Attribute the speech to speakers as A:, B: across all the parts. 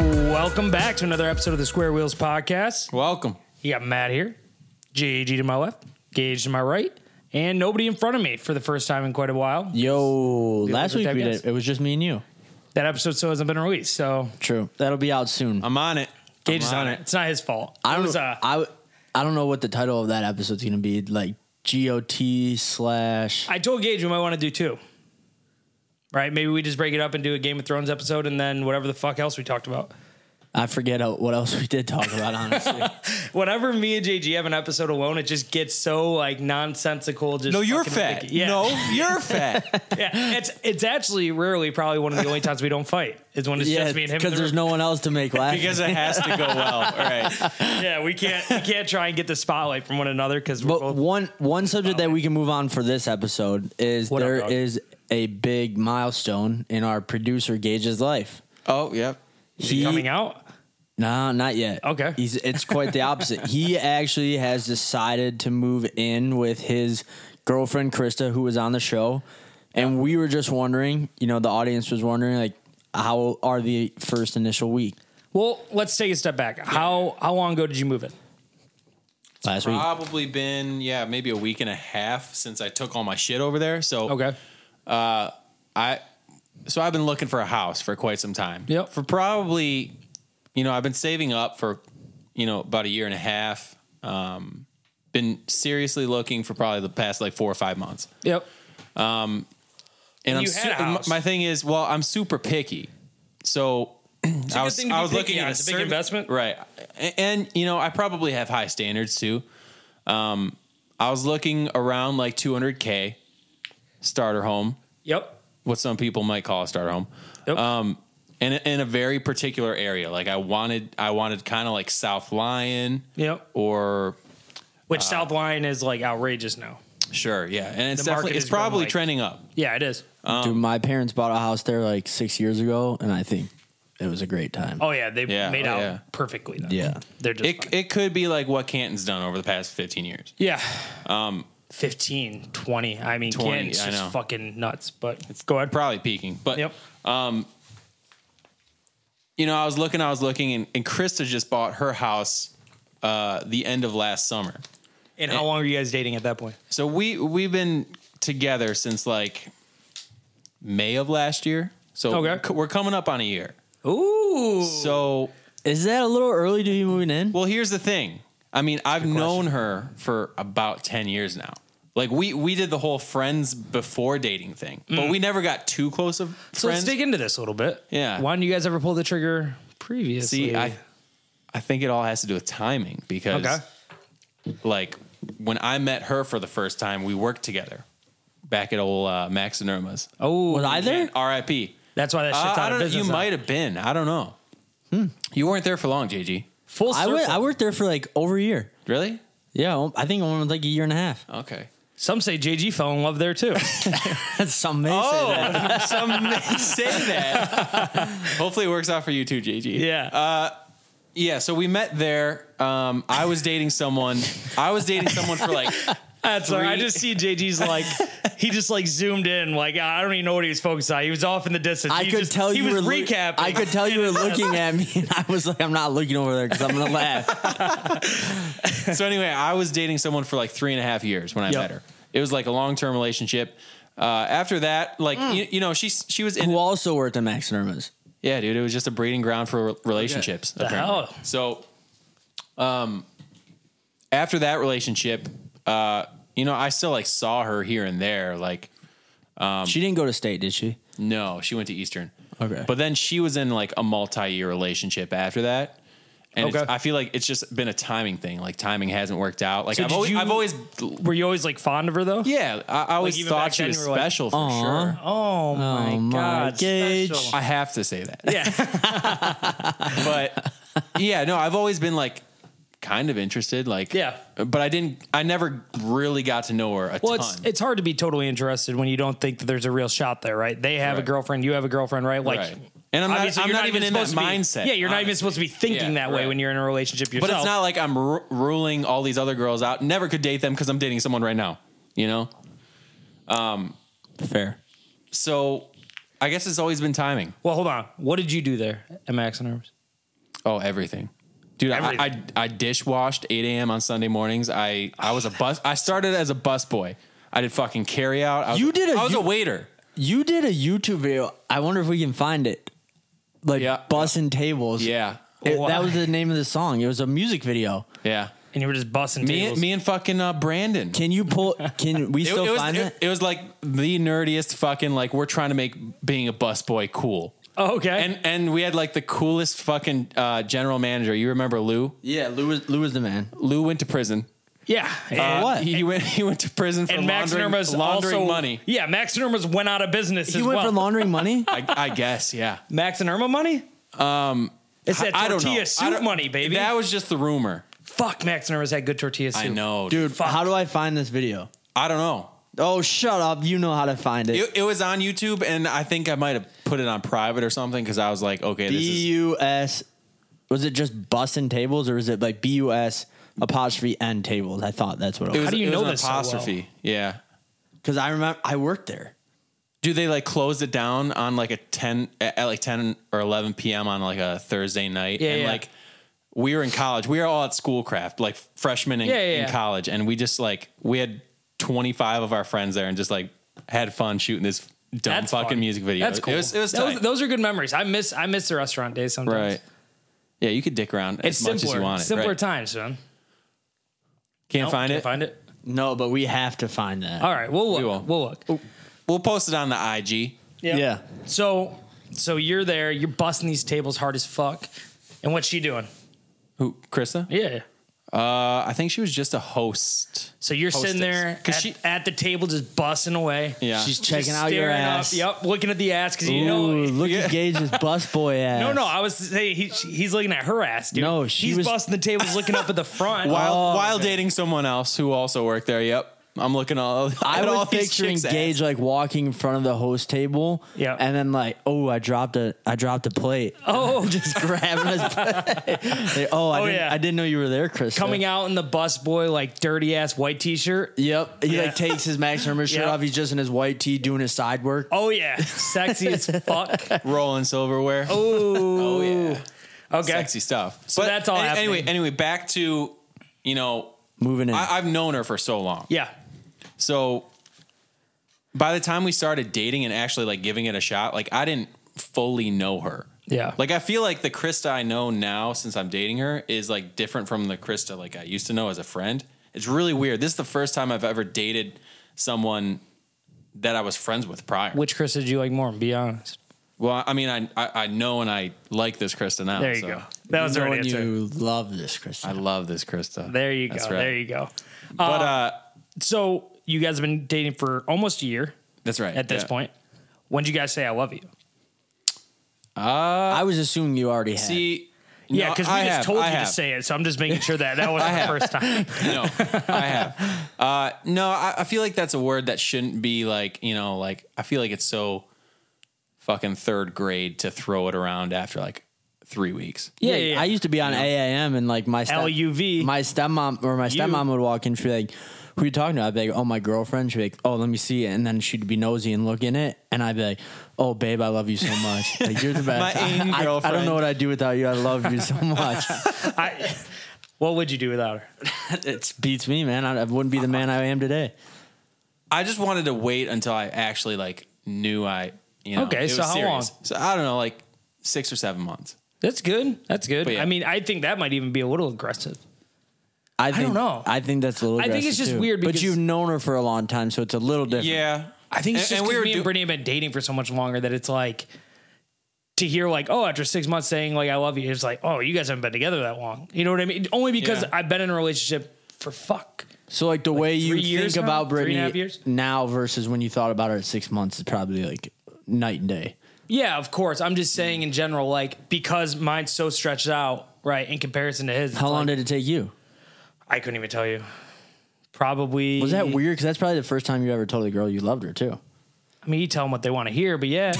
A: Welcome back to another episode of the Square Wheels Podcast.
B: Welcome.
A: You got Matt here, JG to my left, Gage to my right, and nobody in front of me for the first time in quite a while.
C: Yo, last
A: other
C: week
A: type
C: we
A: guys?
C: did. It was just me and you.
A: That episode still hasn't been released, so
C: True. That'll be out soon.
B: I'm on it.
A: Gage
B: I'm
A: is on it. It's not his fault.
C: I
A: it
C: don't.
A: was, uh,
C: I w- I don't know what the title of that episode's gonna be. Like GOT slash.
A: I told Gage we might want to do two. Right? Maybe we just break it up and do a Game of Thrones episode and then whatever the fuck else we talked about.
C: I forget how- what else we did talk about. Honestly,
A: Whenever me and JG have an episode alone, it just gets so like nonsensical. Just
B: No, you're
A: fucking
B: fat.
A: ridiculous. Yeah.
B: No, you're fat.
A: yeah. It's it's actually rarely probably one of the only times we don't fight. Is when it's
C: yeah,
A: just me and him. in
C: because
A: the
C: there's
A: room.
C: no one else to make laugh.
B: because it has to go well. All right.
A: yeah, we can't we can't try and get the spotlight from one another because we're
C: But
A: both
C: one one subject that we can move on for this episode is
A: What up,
C: there
A: dog?
C: is a big milestone in our producer Gage's life.
B: Oh, yep.
C: He,
A: coming out.
C: No, not yet.
A: Okay.
C: He's, it's quite the opposite. he actually has decided to move in with his girlfriend, Krista, who was on the show. And we were just wondering, you know, the audience was wondering, like, how are the first initial week
A: Well, let's take a step back. How how long ago did you move in?
C: last week?
B: Probably been, yeah, maybe a week and a half since I took all my shit over there. So
A: Okay.
B: I so I've been looking for a house for quite some time.
A: Yep.
B: For probably, you know, I've been saving up for, you know, about a year and a half. Um, been seriously looking for probably the past like four or five months.
A: Yep.
B: And I'm
A: You had a
B: and my-
A: house.
B: my thing is, well, I'm super picky. So I was
A: thing to
B: I
A: be
B: was
A: picky
B: looking
A: on.
B: at
A: It's a big
B: certain-
A: investment.
B: right? And, and you know, I probably have high standards too. Um, I was looking around like 200k starter home,
A: Yep.
B: what some people might call a starter home,
A: Yep.
B: and in a very particular area. Like I wanted, I wanted kind of like South Lyon,
A: yep.
B: or
A: Which South Line is like outrageous now.
B: sure, yeah. And it's
A: The market
B: definitely it's
A: is going,
B: probably
A: like-
B: trending up.
A: Yeah, it is.
C: Dude, my parents bought a house there like six years ago, and I think it was a great time.
A: Oh yeah, they
B: Yeah,
A: made
B: oh,
A: out
B: yeah.
A: perfectly. Then.
C: Yeah.
A: they're just
B: It
A: fine.
B: it could be like what Canton's done over the past 15 years.
A: yeah. Um, 15, 20. I mean,
B: 20,
A: Canton's
B: I
A: just
B: know.
A: fucking nuts. But go ahead.
B: Probably peaking, but
A: Yep.
B: you know, I was looking, I was looking, and, and Krista just bought her house uh, the end of last summer.
A: And how long were you guys dating at that point?
B: So we we've been together since like May of last year. So
A: Okay.
B: c- we're coming up on a year.
A: Ooh.
B: So
C: Is that a little early to be moving in?
B: well, here's the thing. I mean, I've known her for about ten years now. Like we we did the whole friends before dating thing, but we never got too close of
A: Mm. So
B: friends.
A: let's dig into this a little bit.
B: Yeah.
A: Why didn't you guys ever pull the trigger previously?
B: See, I I think it all has to do with timing because
A: Okay.
B: like when I met her for the first time, we worked together back at old uh, Max and Irma's.
A: oh,
C: Was I there?
B: R.I.P.
A: That's why that
B: Uh,
A: shit's
B: I
A: out of
B: don't know. You
A: business. now.
B: might have been. I don't know. You weren't there for long, JG.
A: full
C: I
A: circle.
C: went- I worked there for like over a year.
B: Really?
C: Yeah, I think almost like a year and a half.
B: Okay.
A: Some say JG fell in love there too.
C: Some may say that.
B: Oh, some may say that. Hopefully, it works out for you too, JG.
A: yeah.
B: Yeah. So we met there. Um, I was dating someone. I was dating someone for like.
A: That's all right. I
B: three-
A: just see JG's like he just like zoomed in. Like I don't even know what he was focused on. He was off in the distance.
C: I
A: he
C: could
A: just,
C: tell
A: he
C: you
A: was
C: were loo-
A: recapping.
C: I could tell you were looking at me, and I was like, "I'm not looking over there because I'm gonna laugh."
B: So anyway, I was dating someone for like three and a half years when I
A: Yep.
B: met her. It was like a long term relationship. Uh, after that, like you, you know, she she was in
C: Who also worked at Max and Irma's?
B: Yeah, dude, it was just a breeding ground for relationships.
A: The
B: apparently.
A: hell?
B: So, um, after that relationship, uh, you know, I still like saw her here and there. Like,
C: she didn't go to state, did she?
B: no, she went to Eastern.
C: Okay.
B: But then she was in like a multi-year relationship after that. And it's-
A: Okay.
B: I feel like it's just been a timing thing. Like timing hasn't worked out. Like
A: So
B: I've
A: did
B: always,
A: you-
B: I've always,
A: Were you always like fond of her though?
B: yeah, I, I always
A: even back
B: thought she
A: then
B: was
A: you were like,
B: special for sure.
A: Oh my,
C: my
A: god,
C: Gage.
A: special.
B: I have to say that.
A: Yeah.
B: but yeah, no, I've always been like kind of interested, like
A: Yeah.
B: But I didn't. I never really got to know her a
A: Well,
B: ton.
A: it's it's hard to be totally interested when you don't think that there's a real shot there, right? They have a
B: Right.
A: girlfriend, you have a girlfriend, right? Like,
B: Right. And I'm not-
A: obviously
B: I'm
A: you're
B: not even in that
A: supposed to
B: mindset,
A: Be, yeah, you're not even
B: honestly.
A: supposed to be thinking
B: Yeah,
A: that way
B: right.
A: when you're in a relationship yourself.
B: but it's not like I'm ru- ruling all these other girls out. Never could date them because I'm dating someone right now. You know.
C: Fair.
B: So I guess it's always been timing.
A: Well, hold on. What did you do there at Max and Arms?
B: Oh, everything. Dude, I, I
A: Everything.
B: I dishwashed 8 a.m. on Sunday mornings. I I was a bus. I started as a bus boy. I did fucking carry out. I was,
C: You did a-
B: I was
C: you-
B: a waiter.
C: You did a YouTube video. I wonder if we can find it. Like
B: Yeah.
C: bussing tables.
B: Yeah,
C: It-
A: Why?
C: that was the name of the song. It was a music video.
B: yeah.
A: and you were just busting
B: Me
A: tables.
B: and me and fucking uh, Brandon.
C: Can you pull? Can we
B: It,
C: still
B: it was
C: find
B: it,
C: it?
B: it was like the nerdiest fucking like we're trying to make being a bus boy cool.
A: oh, okay.
B: And and we had like the coolest fucking uh, general manager. You remember Lou?
C: Yeah, Lou was Lou was the man.
B: Lou went to prison.
A: yeah. And,
C: what?
B: He went he went to prison uh, for
A: and Max
B: laundering,
A: Nurma's
B: laundering
A: also
B: money.
A: Yeah, Max Nurma's went out of business.
C: He
A: as
C: went
A: well.
C: for laundering money.
B: I, I guess, yeah.
A: Max and Irma money.
B: Um,
A: It's that
B: I don't know.
A: tortilla
B: I
A: soup
B: don't-
A: money, baby.
B: That was just the rumor.
A: Fuck, Max and Irma's had good tortilla soup.
B: I know, dude.
C: Dude,
A: Fuck.
C: how do I find this video?
B: I don't know.
C: Oh, shut up! You know how to find it.
B: It, it was on YouTube, and I think I might have put it on private or something because I was like, okay,
C: B
B: this is
C: U S. Was it just bussing tables, or was it like B U S apostrophe N tables? I thought that's what it
B: it was,
C: was
A: do you
B: it was
A: know
B: an
A: this so well?
B: apostrophe. Yeah.
C: because I remember I worked there.
B: Do they like close it down on like a ten at at, like ten or eleven p.m. on like a Thursday night?
A: Yeah,
B: and
A: yeah.
B: like we were in college, we were all at Schoolcraft, like freshmen in,
A: Yeah, yeah,
B: in
A: yeah.
B: college, and we just like we had twenty five of our friends there and just like had fun shooting this dumb
A: That's
B: fucking
A: fun.
B: music video.
A: That's cool.
B: It was, it was
A: That was-
B: tight.
A: those are good memories. I miss I miss the restaurant days sometimes.
B: right. Yeah, you could dick around
A: It's
B: as
A: simpler.
B: much as you want.
A: simpler
B: right?
A: times, man.
B: Can't
A: Nope,
B: find
A: can't
B: it.
A: Find it.
C: No, but we have to find that.
A: All right, we'll look. We
B: We
A: will
B: will.
A: look.
B: We'll post it on the IG.
C: Yeah.
A: So so you're there. You're busting these tables hard as fuck. And what's she doing?
B: Who, Krista?
A: Yeah.
B: Uh, I think she was just a host.
A: So you're sitting there at,
B: Hostess. 'Cause she-
A: at the table, just busting away.
B: Yeah.
C: She's
B: She's
C: checking
A: Just
C: out your
A: staring up,
C: ass.
A: Yep, looking at the ass because you
C: Ooh,
A: know.
C: look at Gage's bus boy ass.
A: No, no, I was saying he, she- he's looking at her ass, dude.
C: No, she
A: he's
C: was-
A: busting the tables, looking up at the front.
B: while
C: Oh,
B: while dating someone else who also worked there. Yep, I'm looking all.
C: I
B: at all
C: was
B: these
C: picturing
B: chicks' ass.
C: Gage like walking in front of the host table,
A: Yeah.
C: and then like, oh, I dropped a, I dropped a plate,
A: Oh,
C: just grabbing his plate. Like, oh, I,
A: Oh,
C: didn't,
A: yeah.
C: I didn't know you were there, Chris.
A: coming out in the bus boy like dirty ass white t-shirt.
C: Yep, he
A: Yeah.
C: like takes his Max Herman shirt
A: Yep.
C: off. He's just in his white tee doing his side work.
A: Oh yeah, sexy as fuck.
B: rolling silverware. Oh,
A: Ooh.
B: yeah,
A: Okay.
B: sexy stuff.
A: So that's all
B: an-
A: happening.
B: Anyway, anyway, back to you know,
C: Moving in.
B: I, I've known her for so long.
A: Yeah.
B: So by the time we started dating and actually like giving it a shot, like I didn't fully know her.
A: Yeah.
B: Like I feel like the Krista I know now since I'm dating her is like different from the Krista like I used to know as a friend. It's really weird. This is the first time I've ever dated someone that I was friends with prior.
A: Which Chris did you like more? Be honest.
B: Well, I mean, I I, I know and I like this Krista now.
A: There you
B: so.
A: go. That was the right
C: Knowing
A: answer.
C: you love this, Chris.
B: I love this Krista.
A: there you go.
B: That's
A: There you go.
B: But uh,
A: So you guys have been dating for almost a year
B: that's right.
A: at this
B: yeah.
A: point. When did you guys say I love you?
C: I was assuming you already had.
B: see,
A: Yeah,
B: no,
A: because we
B: I
A: just
B: have,
A: told
B: I
A: you
B: have.
A: to say it, so I'm just making sure that that wasn't the first time.
B: no, I have. Uh, no, I, I feel like that's a word that shouldn't be like, you know, like I feel like it's so fucking third grade to throw it around after like three weeks.
A: Yeah,
C: yeah,
A: yeah, yeah.
C: I used to be on AAM and like my step,
A: LUV.
C: my stepmom or my stepmom would walk in. She'd be like, "Who you talking to?" I'd be like, "Oh, my girlfriend." She'd be like, "Oh, let me see it," and then she'd be nosy and look in it, and I'd be like, "Oh, babe, I love you so much. Like you're the best.
B: My
C: I-
B: aim
C: I, I don't
B: girlfriend.
C: know what I'd do without you. I love you so much.
A: I, what would you do without her?
C: it beats me, man. I, I wouldn't be the man I am today.
B: I just wanted to wait until I actually like knew I, you know,
A: Okay,
B: it
A: so
B: was
A: how
B: serious.
A: long?
B: So I don't know, like six or seven months.
A: That's good. That's good.
B: But yeah.
A: I mean, I think that might even be a little aggressive.
C: I, think,
A: don't know.
C: I think that's a little.
A: I think it's
C: aggressive,
A: just
C: too.
A: weird
C: but
A: because-
C: you've known her for a long time, so it's a little different.
B: Yeah,
A: I think it's
B: And-
A: just
B: and
A: because
B: we were
A: me and
B: do-
A: Brittany have been dating for so much longer that it's like to hear like, oh, after six months saying like I love you, it's like, oh, you guys haven't been together that long. You know what I mean? Only because
B: Yeah.
A: I've been in a relationship for fuck.
C: So like the way you
A: three years
C: think
A: now?
C: about
A: Three and a
C: Brittany
A: half years?
C: now versus when you thought about her at six months is probably like night and day.
A: Yeah, of course. I'm just saying in general, like because mine's so stretched out, right, in comparison to his.
C: How long did it take you?
A: I couldn't even tell you. Probably
C: Was that weird? Because that's probably the first time you ever told a girl you loved her too.
A: I mean, you tell them what they want to hear, but yeah,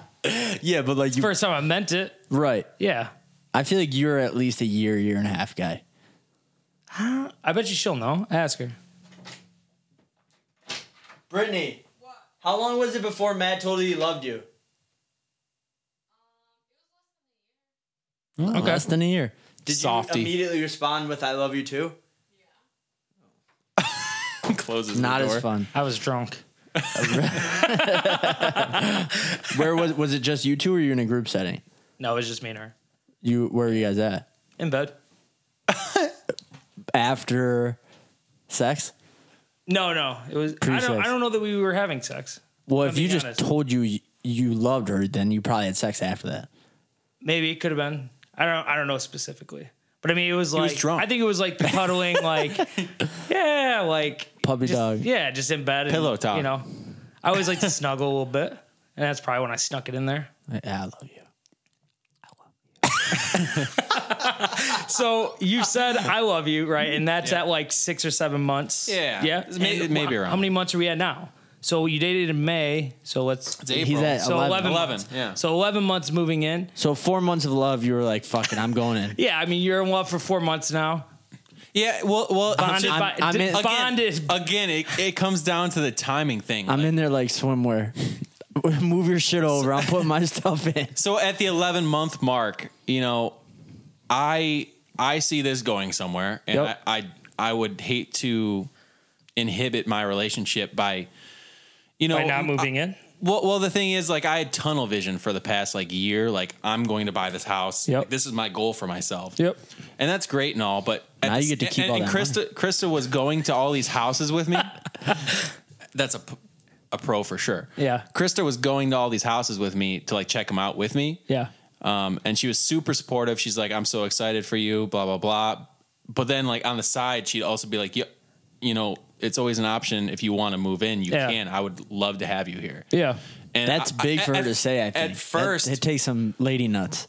C: Yeah, but like you,
A: first time I meant it.
C: right?
A: Yeah,
C: I feel like you're at least a year, year and a half guy.
A: I bet you she'll know. Ask her.
C: Brittany, how long was it before Matt told you he loved you?
A: Okay.
C: Less than a year.
B: Did you Softy.
C: immediately respond with "I love you too"?
B: Closes
C: Not
B: the door.
C: as fun.
A: I was drunk.
C: Where was was it? Just you two, or were you in a group setting?
A: No, it was just me and her
C: You where were you guys at
A: in bed.
C: after sex?
A: No, no, it was. I don't.
C: Pre-sex.
A: I don't know that we were having sex.
C: Well,
A: I'm
C: if you
A: being
C: just
A: honest.
C: told you y- you loved her, then you probably had sex after that.
A: Maybe it could have been. I don't. I don't know specifically. But I mean, it was like
B: was drunk.
A: I think it was like the cuddling, like yeah, like
C: Puppy
A: just-
C: dog.
A: yeah, just in bed, and,
B: Pillow talk.
A: You know, I always like to snuggle a little bit, and that's probably when I snuck it in there.
C: I, I love you.
A: So you said I love you, right? And that's at like six or seven months.
B: Yeah.
A: yeah,
B: It's may-
A: And
B: maybe
A: wha-
B: around
A: How many months are we at now? So you dated in May. So let's.
B: It's April.
C: He's at
A: So
C: 11.
A: 11,
B: 11,
A: months.
B: yeah.
A: So 11 months moving in.
C: So four months of love, you were like, "Fucking, I'm going in."
A: Yeah, I mean, you're in love for four months now.
B: yeah. Well, well.
A: Bonded
C: I'm-
A: by.
C: I'm in-
B: again, Oh,
A: bonded.
B: again it, it comes down to the timing thing.
C: I'm
B: Like,
C: in there like swimwear. Move your shit over. I'm putting my stuff in.
B: so at the 11 month mark, you know, I I see this going somewhere, and
C: Yep.
B: I, I I would hate to inhibit my relationship by, you know, uh,
A: By not moving in.
B: Well, well, the thing is, like, I had tunnel vision for the past like year. Like, I'm going to buy this house.
C: Yep.
B: Like, this is my goal for myself.
C: Yep.
B: And that's great and all, but at
C: Now
B: the
C: you get to
B: s-
C: keep
B: and,
C: all
B: and
C: that
B: Krista, Krista was going to all these houses with me. that's a p- a pro for sure.
A: Yeah.
B: Krista was going to all these houses with me to like check them out with me.
A: Yeah.
B: Um, and she was super supportive. She's like, I'm so excited for you, blah, blah, blah. But then, like, on the side, she'd also be like, yeah, you know, it's always an option. If you want to move in, you
A: Yeah.
B: can. I would love to have you here.
A: Yeah.
B: And
C: That's
B: I-
C: big
B: I-
C: for her
B: at-
C: to say. I think
B: At first,
C: it, takes some lady nuts.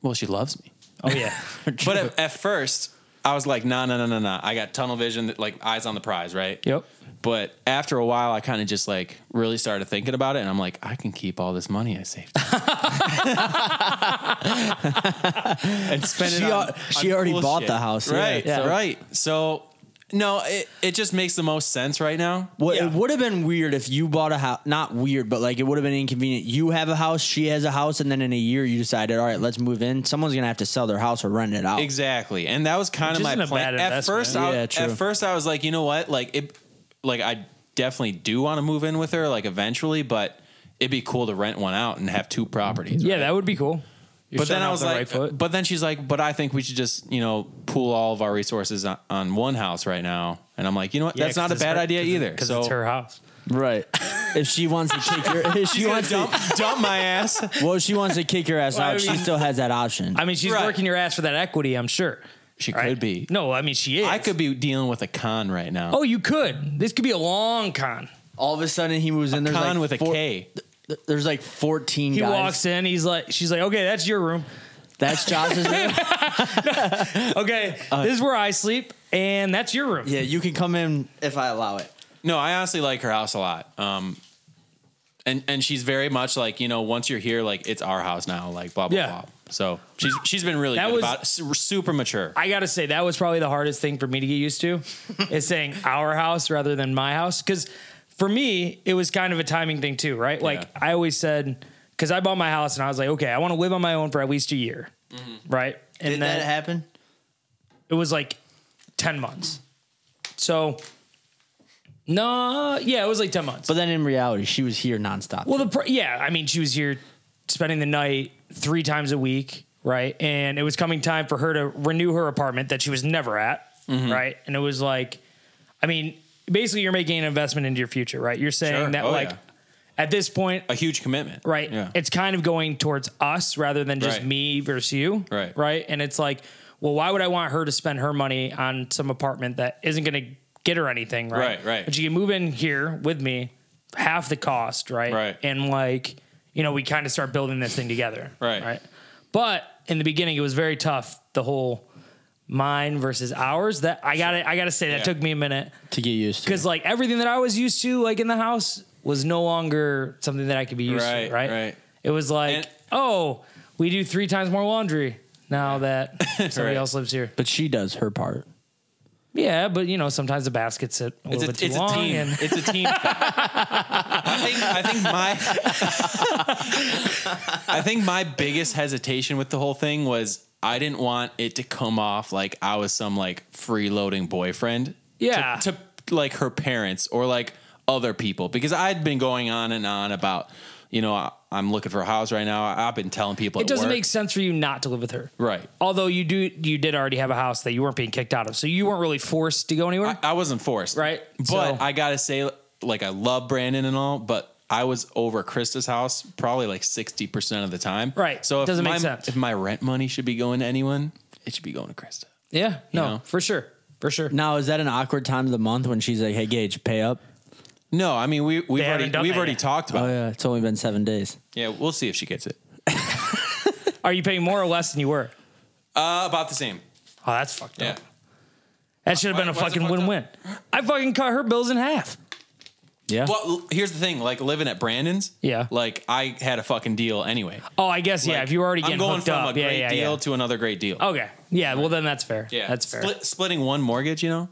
B: well, she loves me.
A: Oh yeah.
B: But at, at first, I was like, nah, nah, nah, nah, nah. I got tunnel vision, like eyes on the prize, right?
A: yep.
B: But after a while, I kind of just like really started thinking about it, and I'm like, I can keep all this money I saved and spend
C: She
B: it. On,
C: al- she
B: on
C: already
B: cool
C: bought
B: shit.
C: the house, yeah,
B: right?
A: so-
B: Right. So no, it it just makes the most sense right now.
C: Well,
A: Yeah.
C: it would have been weird if you bought a house. Not weird, but like it would have been inconvenient. You have a house, she has a house, and then in a year you decided, all right, let's move in. Someone's gonna have to sell their house or rent it out.
B: Exactly. And that was kind of
A: Which
B: my
A: isn't a
B: plan.
A: bad
B: At
A: investment.
B: first, I,
C: Yeah,
B: at
C: true.
B: first I was like, you know what? Like it like I definitely do want to move in with her like eventually, but it'd be cool to rent one out and have two properties.
A: Yeah, that would be cool. You're
B: But
A: starting
B: then I
A: off
B: was
A: the
B: like,
A: right foot.
B: but then she's like, but I think we should just, you know, pool all of our resources on, on one house right now. And I'm like, you know what?
A: Yeah,
B: That's
A: 'cause
B: not a
A: it's
B: bad
A: her-
B: idea
A: 'cause it-
B: either.
A: because
B: so
A: it's her house.
C: Right. if she wants to kick your, if she
B: she's gonna
C: wants
B: dump,
C: to,
B: dump my ass.
C: well, if she wants to kick your ass
A: Well, I
C: out. She
A: mean-
C: still has that option.
A: I mean, she's
B: Right.
A: working your ass for that equity. I'm sure.
B: She
A: right?
B: could be.
A: No, I mean she is.
B: I could be dealing with a con right now.
A: Oh, you could. This could be a long con.
C: all of a sudden he moves in. There's
B: con
C: like
B: with a
C: four-
B: K.
C: th- There's like 14
A: He
C: guys.
A: walks in. He's like, she's like, okay, that's your room.
C: That's Josh's room.
A: Okay,
B: Uh,
A: this is where I sleep, and that's your room.
C: yeah, you can come in if I allow it.
B: No, I honestly like her house a lot. Um, and and she's very much like you know once you're here like it's our house now like blah blah
A: Yeah.
B: blah. So she's she's been really
A: That
B: good
A: was-
B: about it. Su- super mature.
A: I gotta say that was probably the hardest thing for me to get used to, is saying our house rather than my house. Because for me, it was kind of a timing thing too, right? Like
B: Yeah.
A: I always said, because I bought my house and I was like, okay, I want to live on my own for at least a year, right? And
C: Mm-hmm. Did that happen?
A: it was like 10 months. So, no, yeah, it was like 10 months.
C: But then in reality, she was here nonstop.
A: well, the pr- yeah, I mean, she was here spending the night three times a week, right? And it was coming time for her to renew her apartment that she was never at,
B: Mm-hmm.
A: right? And it was like, I mean, basically, you're making an investment into your future, right? You're saying
B: Sure.
A: that,
B: Oh,
A: like,
B: yeah.
A: at this point,
B: A huge commitment.
A: right?
B: Yeah.
A: It's kind of going towards us rather than just
B: Right.
A: me versus you,
B: Right.
A: Right? And it's like, well, why would I want her to spend her money on some apartment that isn't going to get her anything, right?
B: Right, right.
A: But she can move in here with me, half the cost, right?
B: Right.
A: And like, you know, we kind of start building this thing together,
B: Right.
A: Right. But in the beginning, it was very tough. The whole mine versus ours. That I got to I got to say that
B: Yeah.
A: took me a minute
C: to get used to.
A: because like everything that I was used to, like in the house, was no longer something that I could be used
B: Right,
A: to. Right.
B: right.
A: It was like,
B: And-
A: oh, we do three times more laundry now that somebody
B: Right.
A: else lives here.
C: But she does her part.
A: Yeah, but you know, sometimes the baskets sit a
B: It's
A: little
B: a,
A: bit too
B: it's a
A: long.
B: team.
A: And
B: It's a team. thing. I think I think my I think my biggest hesitation with the whole thing was I didn't want it to come off like I was some like freeloading boyfriend.
A: Yeah.
B: To, to like her parents or like other people because I'd been going on and on about, you know, I, I'm looking for a house right now. I, have been telling people
A: It
B: at
A: doesn't
B: work.
A: make sense for you not to live with her.
B: Right.
A: Although you do you did already have a house that you weren't being kicked out of. So you weren't really forced to go anywhere.
B: I, I wasn't forced.
A: Right.
B: But
A: So-
B: I gotta say, like I love Brandon and all, but I was over Krista's house probably like sixty percent of the time.
A: Right.
B: So if
A: Doesn't
B: my,
A: make sense.
B: if my rent money should be going to anyone, it should be going to Krista.
A: yeah. No,
B: know?
A: for sure. For sure.
C: Now is that an awkward time of the month when she's like, "Hey, Gage, pay up"?
B: No, I mean we we've
A: haven't
B: already
A: done
B: we've
A: that
B: already
A: yet.
B: talked
C: Oh
B: about. it.
C: yeah, it's only been seven days.
B: Yeah, we'll see if she gets it.
A: Are you paying more or less than you were?
B: Uh, about the same.
A: Oh, that's fucked
B: Yeah.
A: up. That should have been a
B: Why- why's it
A: fucking
B: fucked
A: win
B: up?
A: win. I fucking cut her bills in half.
C: Yeah.
B: Well, l- here's the thing. Like living at Brandon's.
A: Yeah.
B: Like I had a fucking deal anyway.
A: Oh, I guess yeah.
B: Like,
A: If you were already getting
B: I'm going
A: hooked
B: from
A: up,
B: a great
A: yeah, yeah,
B: deal
A: yeah.
B: to another great deal.
A: Okay. Yeah. Well, then that's fair.
B: yeah,
A: That's fair.
B: Split, splitting one mortgage, you know.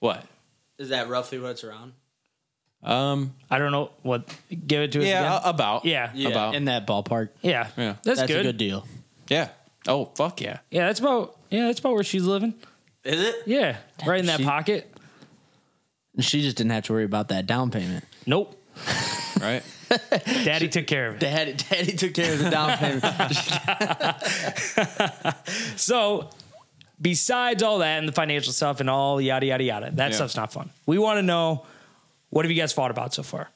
B: What?
C: Is that roughly what it's around?
B: Um.
A: I don't know what. Give it to us.
B: Yeah, uh,
A: Again.
B: a- about.
A: Yeah.
B: yeah. About.
C: in that ballpark.
A: yeah.
B: Yeah.
A: That's,
C: That's
A: good.
C: a good deal.
B: yeah. Oh, fuck yeah.
A: Yeah. That's about. Yeah. That's about where she's living.
B: Is it?
A: Yeah. right in that
C: she-
A: pocket.
C: And she just didn't have to worry about that down payment.
A: Nope.
B: Right.
A: Daddy took care of it.
C: Daddy, daddy took care of the down payment.
A: So, besides all that and the financial stuff and all yada yada yada, that
B: Yeah.
A: stuff's not fun. We want to know what have you guys fought about so far?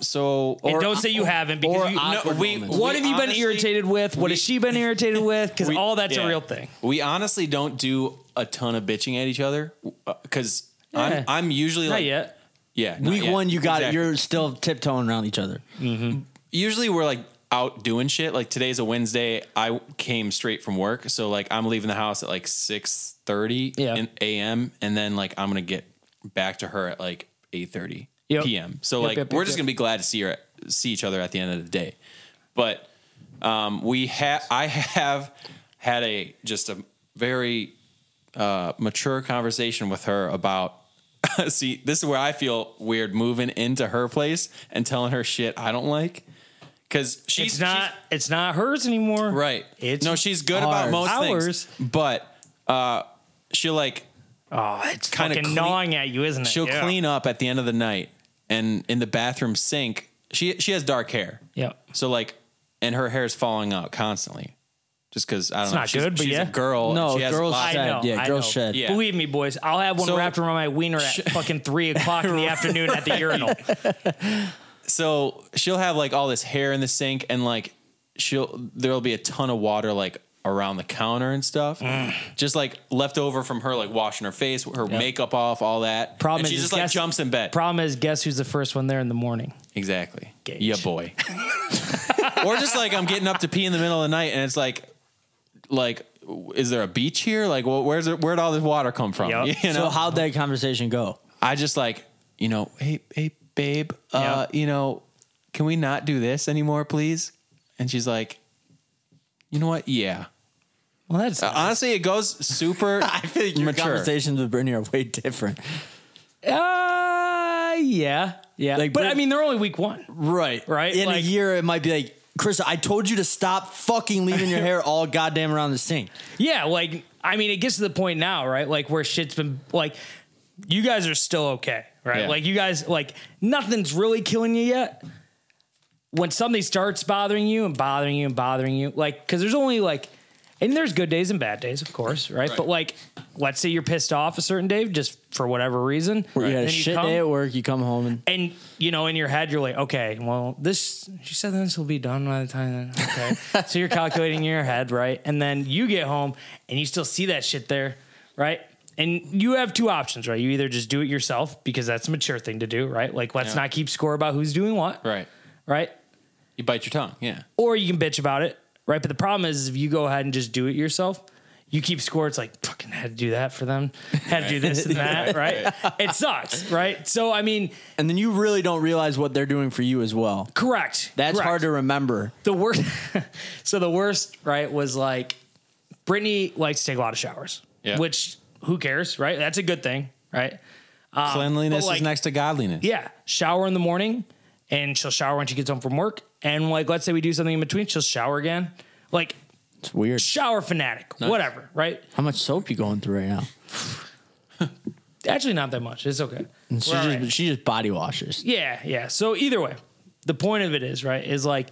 B: So,
A: And
B: or-
A: don't say you haven't because
C: or
A: you,
C: awkward
B: No, we-
C: moments.
B: we-
A: what have you been
B: honestly-
A: irritated with? What has she been irritated with? Because
B: we-
A: all that's
B: yeah.
A: a real thing.
B: We honestly don't do a ton of bitching at each other because
A: Yeah.
B: I'm, I'm usually
A: Not
B: like,
A: yet.
B: yeah. not
C: Week
B: yet.
C: one, you got
B: Exactly.
C: it. You're still tiptoeing around each other.
B: usually we're like out doing shit. Like today's a Wednesday. I came straight from work, so like I'm leaving the house at like six thirty
A: Yeah.
B: a.m. and then like I'm gonna get back to her at like eight thirty
A: Yep.
B: p.m. So
A: Yep,
B: like
A: yep,
B: we're
A: yep,
B: just
A: yep.
B: gonna be glad to see her see each other at the end of the day. But um, we have I have had a just a very uh, mature conversation with her about. See, this is where I feel weird moving into her place and telling her shit I don't like. Cause she's
A: It's
B: she's-
A: not. It's not hers anymore.
B: right.
A: It's
B: no, she's good
C: ours.
B: about most
A: Ours.
B: things, but uh, she'll like
A: Oh, it's kind
B: Kinda
A: of
B: clean-
A: gnawing at you, isn't it?
B: she'll
A: Yeah.
B: clean up at the end of the night and in the bathroom sink. She she has dark hair.
A: Yep.
B: So like, and her hair is falling out constantly, just because I don't know.
A: not
B: she's,
A: good, but
B: she's
A: yeah.
B: a girl. and
C: No,
B: she has
C: girls
B: lots-
A: I
C: shed.
A: know.
C: Yeah,
A: I
C: girls
A: know.
C: shed.
B: Yeah.
A: Believe me, boys, I'll have one
B: So-
A: wrapped around my wiener at fucking three o'clock in the afternoon at the urinal.
B: so she'll have like all this hair in the sink and like she'll there'll be a ton of water like around the counter and stuff
A: Mm.
B: just like left over from her like washing her face her makeup off all that
A: Problem
B: and she
A: is,
B: just
A: guess-
B: like jumps in bed
A: Problem is, guess who's the first one there in the morning?
B: exactly
A: Gage.
B: yeah boy or just like i'm getting up to pee in the middle of the night and it's like like is there a beach here like well, where's it, where'd all this water come from
A: Yep.
B: you know
C: So how'd that conversation go?
B: I just like, you know, hey, hey, babe, uh, you know, can we not do this anymore, please? And she's like, you know what? Yeah.
A: Well, that's
B: Uh, Honestly, it goes super I think
C: Your
B: mature.
C: conversations with Brittany are way different.
A: Uh, yeah, yeah.
C: Like,
A: but
C: Brit-
A: I mean, they're only week one.
C: Right.
A: Right?
C: In
A: Like-
C: a year, it might be like, Chris, I told you to stop fucking leaving your hair all goddamn around the sink.
A: Yeah, like I mean, it gets to the point now, right? Like where shit's been like, you guys are still okay, right?
B: Yeah.
A: Like you guys, like nothing's really killing you yet. When something starts bothering you and bothering you and bothering you, like because there's only like, and there's good days and bad days, of course, right? But like, let's say you're pissed off a certain day just for whatever reason.
C: Where You had a
A: Then
C: shit
A: come-
C: day at work, you come home and
A: and you know, in your head, you're like, okay, well, this she said this will be done by the time. Then. Okay, so you're calculating in your head, right? And then you get home and you still see that shit there, right? And you have two options, right? You either just do it yourself because that's a mature thing to do, right? Like, let's
B: Yeah.
A: not keep score about who's doing what,
B: right.
A: right?
B: You bite your tongue. Yeah.
A: Or you can bitch about it, right? But the problem is, if you go ahead and just do it yourself. You keep score. It's like fucking had to do that for them, had to do this and that, right? It sucks, right? So I mean,
C: and then you really don't realize what they're doing for you as well.
A: correct.
C: That's
A: correct.
C: hard to remember.
A: the worst so the worst right was like brittany likes to take a lot of showers
B: Yeah.
A: which who cares right that's a good thing right
B: Cleanliness
A: but, like-
B: is next to godliness.
A: yeah shower in the morning and she'll shower when she gets home from work and like let's say we do something in between she'll shower again like
C: It's weird.
A: shower fanatic, whatever, right?
C: How much soap you going through right now?
A: Actually, not that much. It's okay.
C: And she
A: We're all
C: just
A: right.
C: she just body washes.
A: Yeah, yeah. So either way, the point of it is, right, is like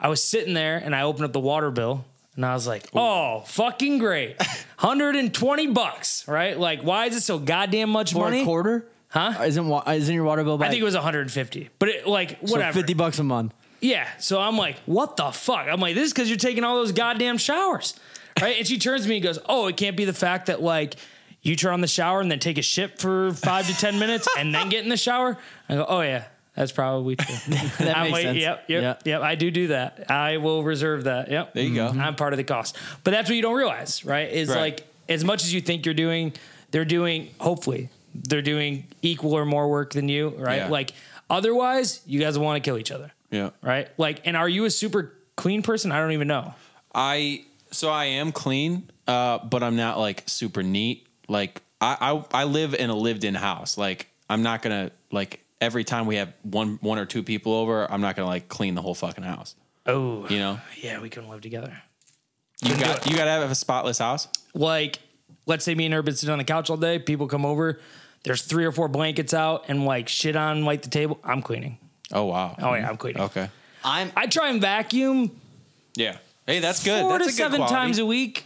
A: I was sitting there and I opened up the water bill and I was like, oh, fucking great. 120 bucks, right? Like, why is it so goddamn much
C: For
A: money?
C: a quarter?
A: Huh?
C: Uh, Isn't wa- isn't your water bill? By
A: I think it was 150, but it, like,
C: so
A: whatever.
C: fifty bucks a month.
A: Yeah. So I'm like, what the fuck? I'm like, this is because you're taking all those goddamn showers. Right. and she turns to me and goes, oh, it can't be the fact that like you turn on the shower and then take a shit for five to 10 minutes and then get in the shower. I go, oh, yeah. That's probably true.
C: That
A: I'm
C: makes
A: like,
C: sense.
A: Yep, yep,
C: Yeah.
A: yep. I do do that. I will reserve that. Yep. There
B: you go.
A: I'm part of the cost, but that's what you don't realize, right? Is
B: Right.
A: like as much as you think you're doing, they're doing. Hopefully, they're doing equal or more work than you, right?
B: Yeah.
A: Like otherwise, you guys want to kill each other
B: Yeah.
A: right? Like, and are you a super clean person? I don't even know.
B: I so I am clean, uh, but I'm not like super neat. Like I, I I live in a lived-in house. Like I'm not gonna like every time we have one one or two people over, I'm not gonna like clean the whole fucking house.
A: Oh,
B: You know,
A: yeah, we couldn't live together.
B: you got you gotta have a spotless house.
A: Like, let's say me and Urban sit on the couch all day. People come over. There's three or four blankets out and like shit on like the table. I'm cleaning.
B: Oh wow.
A: Oh yeah, I'm cleaning.
B: Okay.
C: I'm
A: I try and vacuum
B: Yeah. Hey, that's good.
A: four
B: that's
A: to seven times a week,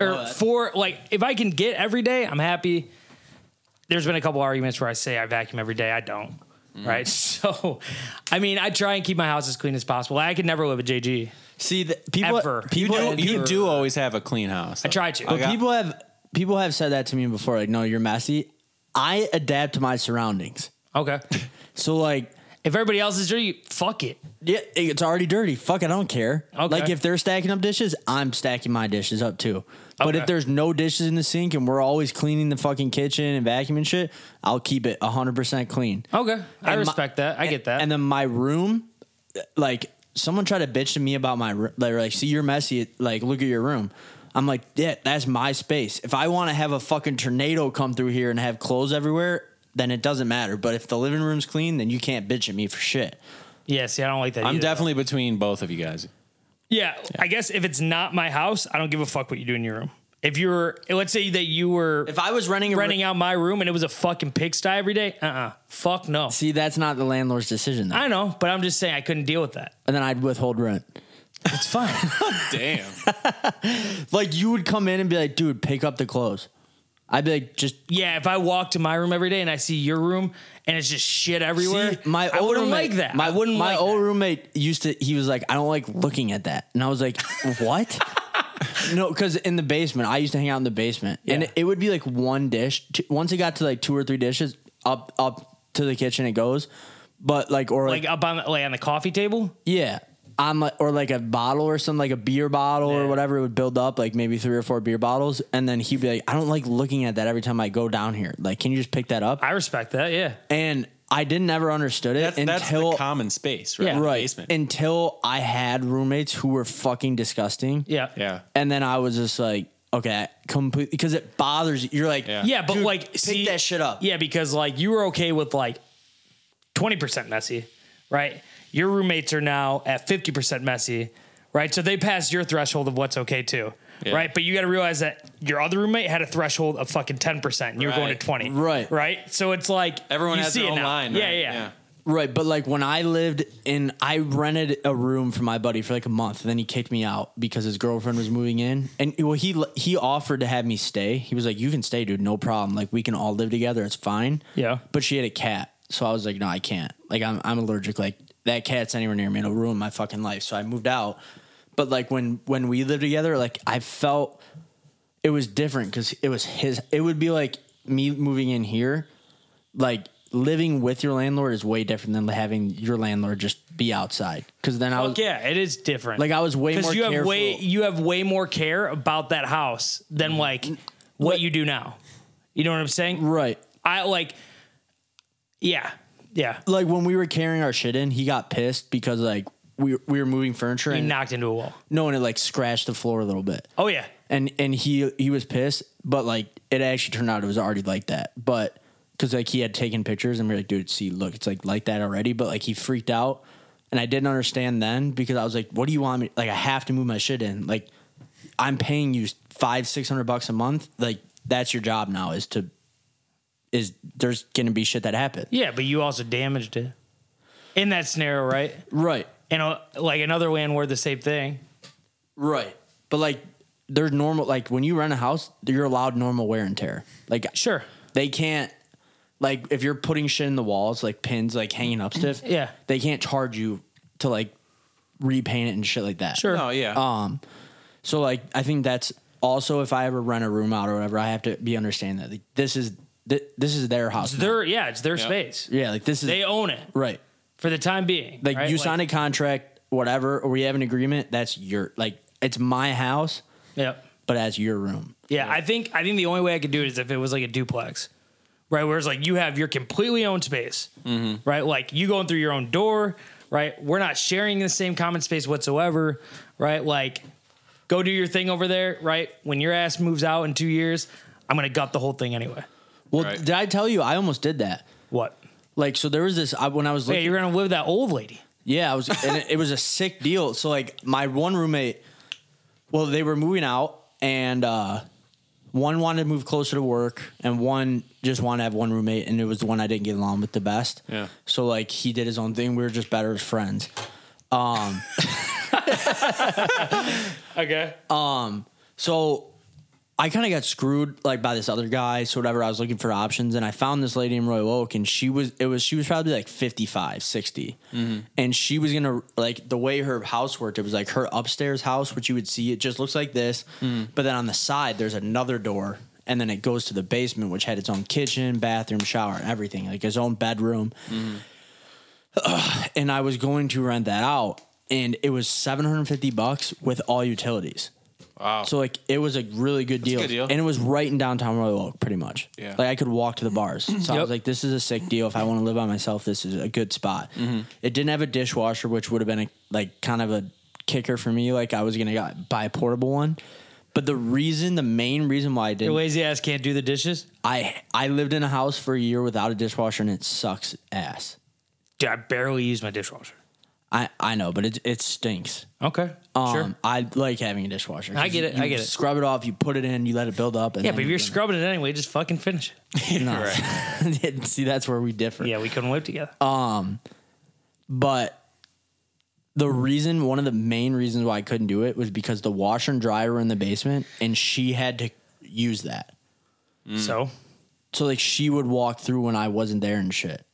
A: or
C: that-
A: four. Like, if I can get every day, I'm happy. There's been a couple arguments where I say I vacuum every day. I don't. Right. So, I mean, I try and keep my house as clean as possible. I could never live with JG.
C: see the, people.
A: Ever.
B: You
C: People.
B: do, you do always have a clean house. I
A: try to.
C: But
A: I got-
C: people have people have said that to me before. Like, no, you're messy. I adapt to my surroundings.
A: Okay.
C: So like,
A: If everybody else is dirty, fuck it.
C: yeah, it's already dirty. Fuck, I don't care.
A: Okay.
C: Like if they're stacking up dishes, I'm stacking my dishes up too. But
A: Okay.
C: if there's no dishes in the sink and we're always cleaning the fucking kitchen and vacuuming shit, I'll keep it 100% clean.
A: Okay. I
C: And my-
A: respect that. I get that.
C: And then my room, like someone tried to bitch to me about my room. Like, like, see, you're messy. Like, look at your room. I'm like, yeah, that's my space. If I want to have a fucking tornado come through here and have clothes everywhere, then it doesn't matter. But if the living room's clean, then you can't bitch at me for shit.
A: yeah, see, I don't like that.
B: I'm
A: either.
B: definitely between both of you guys.
A: Yeah, I guess if it's not my house, I don't give a fuck what you do in your room. If you were, let's say that you were
C: If I was renting a
A: renting
C: roo-
A: out my room and it was a fucking pigsty every day, uh uh Fuck no.
C: see, that's not the landlord's decision. Though.
A: I know, but I'm just saying I couldn't deal with that.
C: and then I'd withhold rent.
A: It's fine.
B: Damn.
C: Like you would come in and be like, dude, pick up the clothes. I'd be like, just
A: yeah, if I walk to my room every day and I see your room and it's just shit everywhere,
C: See, my
A: I
C: old
A: wouldn't
C: roommate,
A: like that.
C: My,
A: I wouldn't
C: My
A: like
C: old
A: that.
C: roommate used to. He was like, I don't like looking at that, and I was like, what? no, because in the basement, I used to hang out in the basement, and
A: Yeah.
C: it, it would be like one dish. T- Once it got to like two or three dishes, up up to the kitchen it goes. But like, or like,
A: like up on like on the coffee table.
C: yeah. I'm like, or like a bottle or something, like a beer bottle or
A: Yeah.
C: whatever. It would build up like maybe three or four beer bottles, and then he'd be like, "I don't like looking at that every time I go down here. Like, can you just pick that up?"
A: I respect that. Yeah.
C: and I didn't ever understood it
B: That's, that's
C: until
B: the common space, right?
A: Yeah.
B: The
C: right
B: Basement.
C: until I had roommates who were fucking disgusting.
A: Yeah.
B: yeah.
C: and then I was just like, okay, complete because it bothers you. You're like,
B: Yeah.
A: Yeah, but
C: Dude,
A: like
C: pick that shit up.
A: Yeah, because like you were okay with like twenty percent messy, right? Your roommates are now at fifty percent messy, right? So they passed your threshold of what's okay too.
B: Yeah.
A: Right, but you got to realize that your other roommate had a threshold of fucking ten percent, and you were going to
B: Right.
A: twenty.
C: Right.
A: right. So it's like
B: Everyone
A: you
B: has
A: see
B: their
A: it
B: own
A: now.
B: line.
A: Yeah,
B: right?
A: yeah,
C: right. But like when I lived in, I rented a room for my buddy for like a month. And then he kicked me out because his girlfriend was moving in, and well, he he offered to have me stay. He was like, you can stay, dude, no problem. Like we can all live together. It's fine.
A: Yeah.
C: but she had a cat, so I was like, no, I can't. Like I'm I'm allergic. Like that cat's anywhere near me, it'll ruin my fucking life. So I moved out. But like when when we lived together, like I felt it was different because it was his. It would be like me moving in here, like living with your landlord is way different than having your landlord just be outside. Because then I was
A: Fuck yeah, it is different.
C: like, I was way more
A: because you have
C: careful.
A: way you have way more care about that house than like what you do now. You know what I'm saying?
C: right.
A: I like, yeah, yeah.
C: Like when we were carrying our shit in, he got pissed because like we we were moving furniture
A: He
C: and
A: knocked into a wall.
C: no, and it like scratched the floor a little bit.
A: Oh yeah,
C: and and he he was pissed, but like it actually turned out it was already like that, but because like he had taken pictures and we are like, dude, see, look, it's like like that already, but like he freaked out and I didn't understand then because I was like, "What do you want me? Like, I have to move my shit in. Like, I'm paying you five, six hundred bucks a month. Like, that's your job now is to is there's gonna be shit that happens.
A: Yeah, but you also damaged it in that scenario, right?
C: Right,
A: And uh, like another land where the same thing.
C: right. But like, there's normal. Like when you rent a house, you're allowed normal wear and tear. Like,
A: Sure.
C: they can't like if you're putting shit in the walls like pins like hanging up stuff
A: Yeah.
C: they can't charge you to like repaint it and shit like that
A: Sure.
B: Oh yeah.
C: um so like i think that's also if i ever rent a room out or whatever i have to be understanding that like, this is th- this is their house
A: It's
C: now.
A: their yeah, it's their
B: Yeah.
A: space.
C: yeah like this is
A: They own it
C: right
A: for the time being.
C: like
A: right?
C: you sign a contract whatever or we have an agreement that's your like it's my house
A: Yep.
C: but as your room
A: Yeah, I think I think the only way I could do it is if it was like a duplex, right? Where it's like you have your completely own space, right? Like you going through your own door, right? We're not sharing the same common space whatsoever, right? Like go do your thing over there, right? When your ass moves out in two years, I'm gonna gut the whole thing anyway.
C: well
B: Right.
C: did i tell you i almost did that
A: What?
C: like so there was this I, when i was
A: Yeah,
C: looking
A: you're gonna live with that old lady.
C: Yeah, I was, and it, it was a sick deal. So like my one roommate, well, they were moving out, and uh, one wanted to move closer to work, and one just wanted to have one roommate, and it was the one I didn't get along with the best.
B: Yeah.
C: So like he did his own thing. We were just better as friends. Um,
A: Okay.
C: Um, So I kind of got screwed like by this other guy. So whatever, I was looking for options and I found this lady in Royal Oak and she was, it was, she was probably like 55, 60. And she was going to like the way her house worked, it was like her upstairs house, which you would see, it just looks like this. But then on the side, there's another door and then it goes to the basement, which had its own kitchen, bathroom, shower, and everything, like its own bedroom and I was going to rent that out, and it was seven hundred fifty bucks with all utilities.
B: Wow.
C: So like it was a really good deal.
B: good deal.
C: and it was right in downtown Royal Oak, pretty much.
B: Yeah.
C: like I could walk to the bars. So I
A: Yep.
C: was like, this is a sick deal. If I want to live by myself, this is a good spot.
B: Mm-hmm.
C: It didn't have a dishwasher, which would have been a, like kind of a kicker for me. Like I was gonna got, buy a portable one, but the reason, the main reason why I
A: Your
C: didn't,
A: lazy ass can't do the dishes.
C: I I lived in a house for a year without a dishwasher, and it sucks ass.
A: Dude, I barely use my dishwasher.
C: I I know, but it it stinks.
A: Okay.
C: Um,
A: sure.
C: I like having a dishwasher. 'cause
A: I get it,
C: you
A: I get it.
C: Scrub it off. You put it in. You let it build up. And
A: Yeah,
C: then
A: but if you're
C: you-
A: scrubbing it anyway, just fucking finish it.
C: no. See, that's where we differ.
A: Yeah, we couldn't live together.
C: But the reason, one of the main reasons why I couldn't do it was because the washer and dryer were in the basement, and she had to use that.
A: So
C: So like she would walk through when I wasn't there and shit.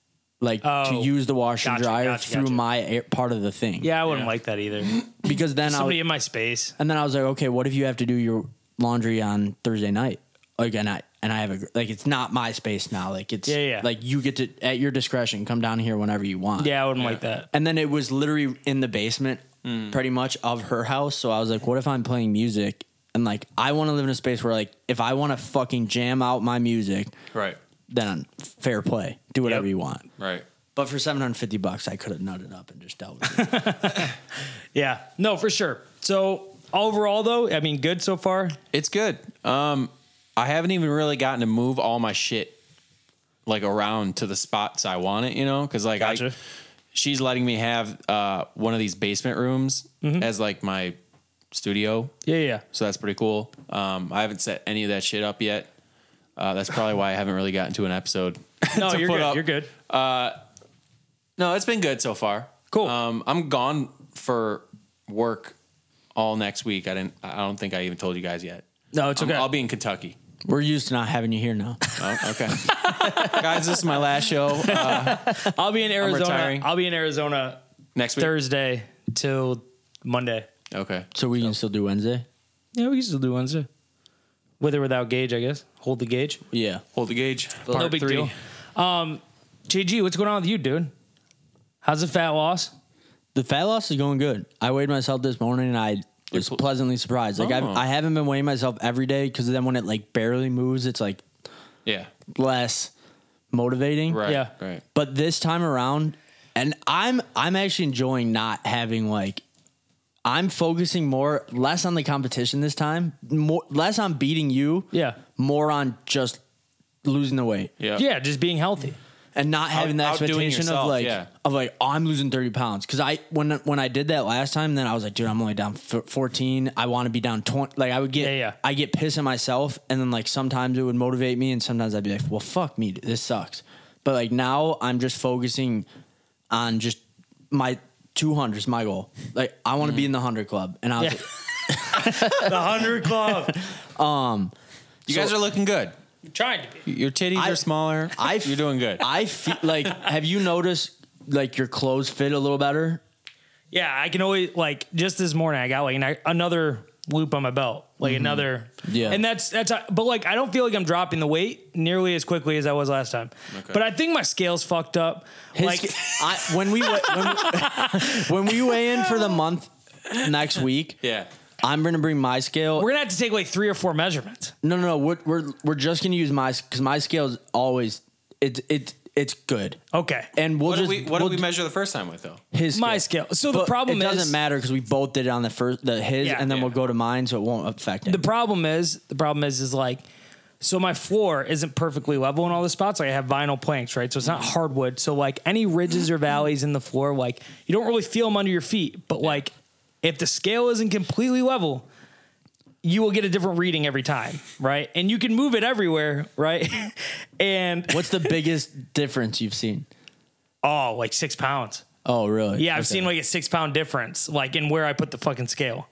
C: Like to
A: Oh.
C: use the washer and
A: Gotcha,
C: dryer
A: gotcha,
C: through
A: gotcha.
C: my air, part of the thing.
A: yeah, I wouldn't like that either.
C: Because then I would,
A: Somebody in my space.
C: And then I was like, okay, what if you have to do your laundry on Thursday night? Like, and I and I have a gr- like, it's not my space now. Like, it's
A: Yeah, yeah.
C: like you get to at your discretion come down here whenever you want.
A: Yeah, I wouldn't like that.
C: And then it was literally in the basement,
A: Mm.
C: pretty much of her house. So I was like, what if I'm playing music and like I want to live in a space where like if I want to fucking jam out my music,
B: right.
C: then fair play, do whatever
A: Yep.
C: you want.
B: Right.
C: But for seven hundred fifty bucks, I could have nutted up and just dealt with it.
A: Yeah, no, for sure. So overall, though, I mean, good so far.
B: It's good. Um, I haven't even really gotten to move all my shit like around to the spots I want it, you know, because like I,
A: Gotcha.
B: she's letting me have uh, one of these basement rooms
A: Mm-hmm.
B: as like my studio,
A: Yeah, yeah.
B: so that's pretty cool. Um, I haven't set any of that shit up yet. Uh, that's probably why I haven't really gotten to an episode.
A: No,
B: to
A: you're
B: put
A: good.
B: up.
A: You're good.
B: No, it's been good so far.
A: Cool.
B: Um, I'm gone for work all next week. I didn't. I don't think I even told you guys yet.
A: No, it's
B: I'm-
A: okay.
B: I'll be in Kentucky.
C: We're used to not having you here now.
B: Oh, okay. Guys, this is my last show. Uh,
A: I'll be in Arizona.
B: retiring.
A: I'll be in Arizona
B: next week.
A: Thursday till Monday.
B: Okay.
C: So we can still do Wednesday.
A: Yeah, we can still do Wednesday. With or without gauge, I guess. Hold the gauge.
C: Yeah.
B: Hold the gauge.
A: no
B: Part
A: big
B: three.
A: deal. Um, JG, what's going on with you, dude? How's the fat loss?
C: The fat loss is going good. I weighed myself this morning and I was
B: pl-
C: pleasantly surprised. Like I've,
B: Oh.
C: I haven't been weighing myself every day because then when it like barely moves, it's like
B: Yeah.
C: less motivating.
B: Right.
A: Yeah.
B: Right.
C: But this time around, and I'm I'm actually enjoying not having like I'm focusing more less on the competition this time, more less on beating you,
A: Yeah.
C: more on just losing the weight.
B: Yeah.
A: Yeah, just being healthy.
C: and not having that
B: outdoing
C: expectation
B: yourself,
C: of like
B: yeah.
C: of like oh I'm losing thirty pounds because I when when I did that last time then I was like dude I'm only down f- fourteen I want to be down twenty like I would get
A: Yeah, yeah.
C: I get pissed at myself and then like sometimes it would motivate me and sometimes I'd be like well fuck me this sucks but like now I'm just focusing on just my two hundreds my goal like I want to be in the hundred club and I was
A: Yeah.
C: like,
A: the hundred club.
B: You guys are looking good.
A: You're trying to be.
B: Your titties
C: I-
B: are smaller.
C: I f-
B: You're doing good.
C: I feel like have you noticed like your clothes fit a little better
A: Yeah, I can always like just this morning I got like an, another loop on my belt, like another.
C: Mm-hmm. Yeah.
A: and that's that's. But like I don't feel like I'm dropping the weight nearly as quickly as I was last time.
B: Okay.
A: But I think my scales fucked up.
C: His,
A: like
C: I, when we wa- when, when we weigh in for the month next week,
B: yeah.
C: I'm gonna bring my scale.
A: we're gonna have to take like three or four measurements.
C: no, no, no. We're we're, we're just gonna use my because my scale is always it's it's it's good.
A: Okay,
C: And we'll
B: What
C: just
B: did we What
C: we'll
B: did we
C: do
B: measure the first time with though?
C: his
A: My scale. So the
C: But
A: problem
C: it
A: is-
C: doesn't matter because we both did it on the first the his,
A: Yeah.
C: and then
B: Yeah.
C: we'll go to mine, so it won't affect it.
A: the problem is the problem is is like so my floor isn't perfectly level in all the spots like i have vinyl planks right so it's not hardwood so like any ridges or valleys in the floor like you don't really feel them under your feet but like if the scale isn't completely level you will get a different reading every time right and you can move it everywhere right and
C: What's the biggest difference you've seen?
A: oh like six pounds
C: Oh, really?
A: yeah i've
C: Okay.
A: seen like a six pound difference like in where i put the fucking scale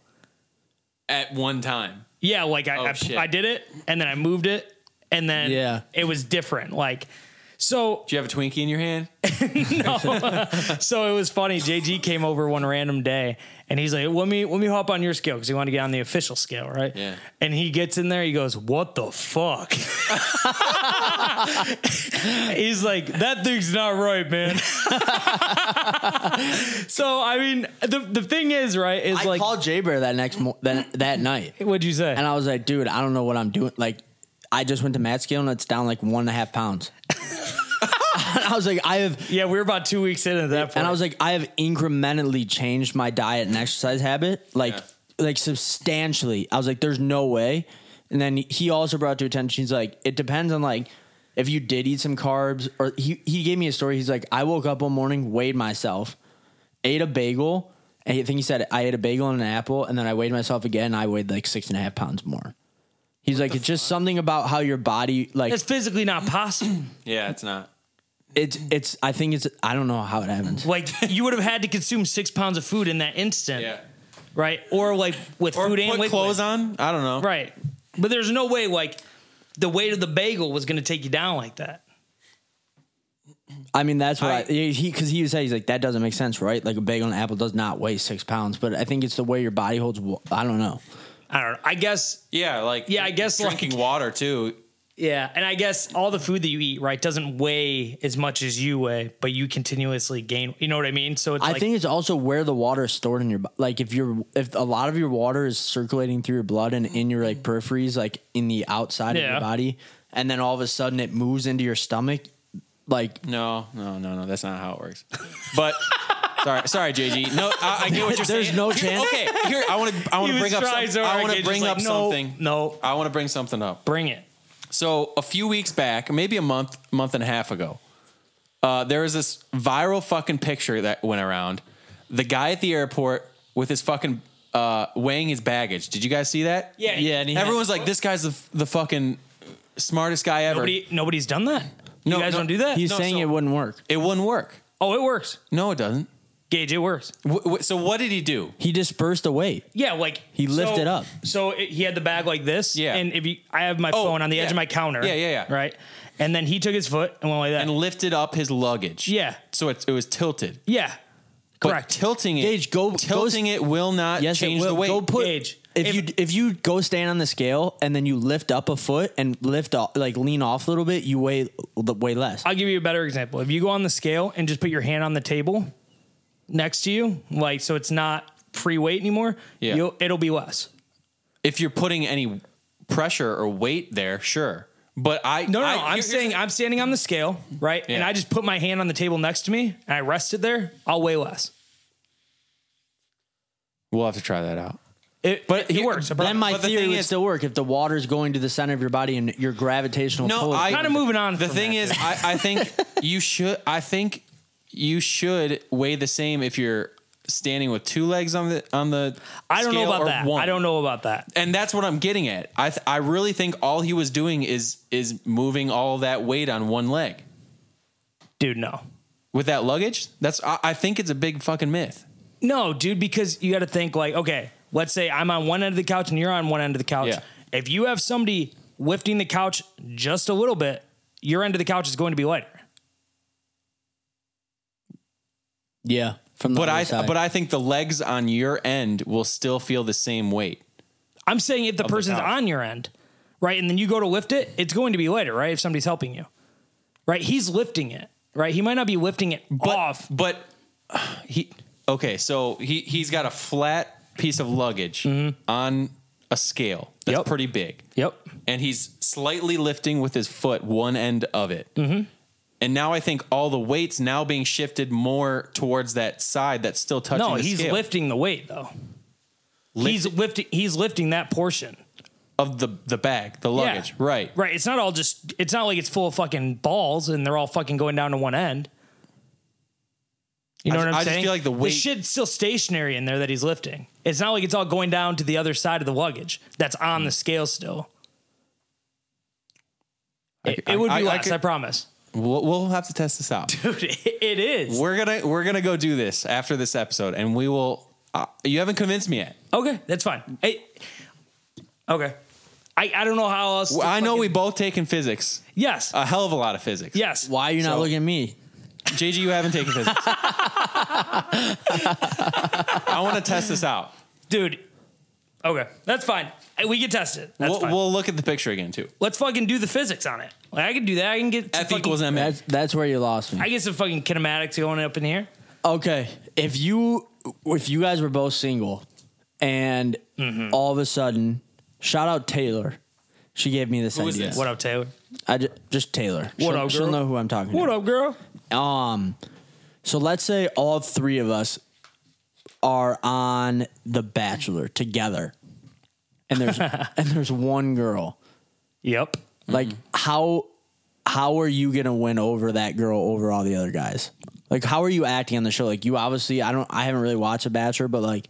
B: At one time.
A: Yeah, like I,
B: Oh, shit.
A: I, I did it and then I moved it and then
C: Yeah.
A: it was different. Like so
B: Do you have a Twinkie in your hand?
A: so it was funny. JG came over one random day and he's like, "Let me let me hop on your scale because he wanted to get on the official scale, right?"
B: Yeah.
A: And he gets in there, he goes, "What the fuck?" he's like, "That thing's not right, man." so I mean, the the thing is, right? Is
C: I
A: like,
C: called Jay Bear that next mo- that that night.
A: what'd you say?
C: And I was like, dude, I don't know what I'm doing. Like, I just went to Matt scale and it's down like one and a half pounds. and I was like, I have,
A: yeah, we were about two weeks in at that point.
C: and I was like, I have incrementally changed my diet and exercise habit, like,
B: Yeah.
C: like substantially. I was like, there's no way. And then he also brought to attention, he's like, it depends on like if you did eat some carbs or he, he gave me a story. He's like, I woke up one morning, weighed myself, ate a bagel. And I think he said I ate a bagel and an apple, and then I weighed myself again. And I weighed like six and a half pounds more. He's like, it's just something about how your body, like
A: That's physically not possible.
B: Yeah, it's not.
C: it's, it's. I think it's. I don't know how it happens.
A: Like you would have had to consume six pounds of food in that instant,
B: Yeah.
A: right? Or like with
B: Or
A: food and
B: put
A: weight
B: clothes
A: loss.
B: on. I don't know.
A: right? But there's no way like the weight of the bagel was going to take you down like that.
C: I mean, that's what I,
B: I-
C: he because he said he's like that doesn't make sense, right? Like a bagel and an apple does not weigh six pounds, but I think it's the way your body holds. wa- I don't know.
A: I don't know. I guess
B: Yeah, like
A: Yeah, I guess,
B: drinking
A: like-
B: water too.
A: yeah, and I guess all the food that you eat right doesn't weigh as much as you weigh, but you continuously gain. You know what I mean? So it's
C: I
A: like
C: think it's also where the water is stored in your bo- like if you're if a lot of your water is circulating through your blood and in your like peripheries like in the outside of
A: Yeah.
C: your body and then all of a sudden it moves into your stomach like
B: No, no, no, no. That's not how it works. But sorry, sorry, JG. No, I, I get what you're
C: There's
B: saying.
C: no
B: Here-
C: chance.
B: Okay, here I want to. I want
A: He
B: to
A: was
B: bring up.
A: trying so
B: Some, I
A: hard,
B: want to
A: Gage's
B: bring
A: like,
B: up
A: "No,
B: something.
A: no.
B: I want to bring something up.
A: bring it.
B: So a few weeks back, maybe a month, month and a half ago, uh, there was this viral fucking picture that went around. The guy at the airport with his fucking uh, weighing his baggage. Did you guys see that?
A: Yeah,
C: Yeah, and he had-
B: Everyone's like, "This guy's the, the fucking smartest guy ever."
A: Nobody, nobody's done that.
B: No,
A: you guys
B: no,
A: don't do that.
C: he's
B: No,
C: saying
B: so-
C: it wouldn't work.
B: it wouldn't work.
A: oh, it works,
B: No, it doesn't.
A: Gage. It works.
B: W- w- so what did he do?
C: He dispersed the weight.
A: Yeah, like
C: He lifted up.
A: So it, he had the bag like this.
B: Yeah.
A: And if you, I have my
B: Oh,
A: phone on the edge
B: yeah.
A: of my counter.
B: Yeah, yeah, yeah.
A: Right. And then he took his foot and went like that.
B: And lifted up his luggage.
A: Yeah.
B: So it, it was tilted.
A: yeah.
B: But
A: Correct.
B: tilting it.
C: Gage, go- go-
B: tilting it will not
C: Yes, it
B: change the
C: will.
B: weight.
C: Go put
A: Gage,
C: if,
A: if-
C: you if you go stand on the scale and then you lift up a foot and lift off like lean off a little bit, you weigh the way less.
A: I'll give you a better example. If you go on the scale and just put your hand on the table next to you, like so it's not free weight anymore,
B: Yeah.
A: you'll, it'll be less.
B: if you're putting any pressure or weight there, sure. But I
A: No, no,
B: I,
A: no. I'm
B: you're-
A: saying I'm standing on the scale, right? And
B: Yeah.
A: I just put my hand on the table next to me and I rest it there, I'll weigh less.
B: we'll have to try that out.
A: It,
B: But
A: it
B: he-
A: works.
B: But-
C: then my
B: but the
C: theory
B: thing
C: would
B: is-
C: still work if the water's going to the center of your body and your gravitational
B: No,
C: pull.
B: I
A: Kinda moving on
B: The
A: from
B: thing
A: that,
B: is,
A: dude.
B: I, I think you should. I think you should weigh the same if you're standing with two legs on the on the.
A: I don't know
B: scale
A: about
B: or
A: that.
B: one.
A: I don't know about that.
B: and that's what I'm getting at. I th- I really think all he was doing is is moving all that weight on one leg
A: Dude, no.
B: with that luggage. That's I, I think it's a big fucking myth.
A: No, dude, because you got to think like, okay, let's say I'm on one end of the couch and you're on one end of the couch.
B: Yeah.
A: If you have somebody lifting the couch just a little bit, your end of the couch is going to be lighter.
C: yeah, from the
B: But
C: other
B: I
C: side.
B: but I think the legs on your end will still feel the same weight.
A: I'm saying if the person's
B: couch.
A: on your end, right, and then you go to lift it, it's going to be lighter, right? If somebody's helping you, right? He's lifting it, right? He might not be lifting it
B: But,
A: off.
B: But he okay. So he he's got a flat piece of luggage on a scale that's
A: Yep.
B: pretty big.
A: Yep.
B: and he's slightly lifting with his foot one end of it. And now I think all the weight's now being shifted more towards that side that's still touching.
A: No,
B: the
A: he's
B: scale
A: lifting the weight though. he's lifting. He's lifting that portion.
B: of the the bag, the
A: Yeah.
B: luggage, right?
A: Right. It's not all just. It's not like it's full of fucking balls and they're all fucking going down to one end. You know what
B: I ju-
A: I'm
B: I just
A: saying?
B: feel like the weight-
A: shit's still stationary in there that he's lifting. It's not like it's all going down to the other side of the luggage that's
B: Hmm.
A: on the scale still. It,
B: I-
A: it would be
B: I- I
A: less, I,
B: could-
A: promise.
B: We'll, we'll have to test this out.
A: Dude, it, it is.
B: we're gonna we're gonna go do this after this episode, and we will. Uh, you haven't convinced me yet.
A: okay, that's fine. It- okay. I, I don't know how else. to
B: I know Uh,
A: fucking-
B: we both taken physics,
A: Yes.
B: a hell of a lot of physics.
A: yes.
C: Why are you not
B: So-
C: looking at me?
B: JG, you haven't taken physics. I want to test this out.
A: Dude. Okay, that's fine. We can test it. That's
B: We'll,
A: fine.
B: we'll look at the picture again too.
A: let's fucking do the physics on it. Like I can do that. I can get some
B: F
A: fucking,
B: equals ma.
C: That's that's where you lost me.
A: I get some fucking kinematics going up in here.
C: Okay, if you if you guys were both single, and
A: Mm-hmm.
C: all of a sudden, shout out Taylor, she gave me this
B: Who is
C: idea.
B: this?
A: What up, Taylor?
C: I ju- just Taylor.
A: What
C: she'll,
A: up,
C: she'll
A: girl?
C: know who I'm talking
A: What
C: to.
A: up, girl?
C: Um, so let's say all three of us are on The Bachelor together, and there's and there's one girl.
A: Yep.
C: Like how how are you gonna win over that girl over all the other guys? Like how are you acting on the show? Like you obviously I don't I haven't really watched The Bachelor, but like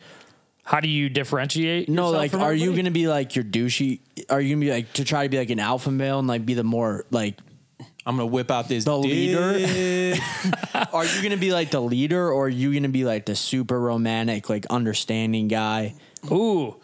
A: How do you differentiate?
C: no
A: yourself
C: like
A: from
C: are you
A: everybody?
C: gonna be like your douchey? Are you gonna be like to try to be like an alpha male and like be the more like
B: I'm gonna whip out this
C: The
B: dick.
C: leader? are you gonna be like the leader or are you gonna be like the super romantic like understanding guy
A: Ooh.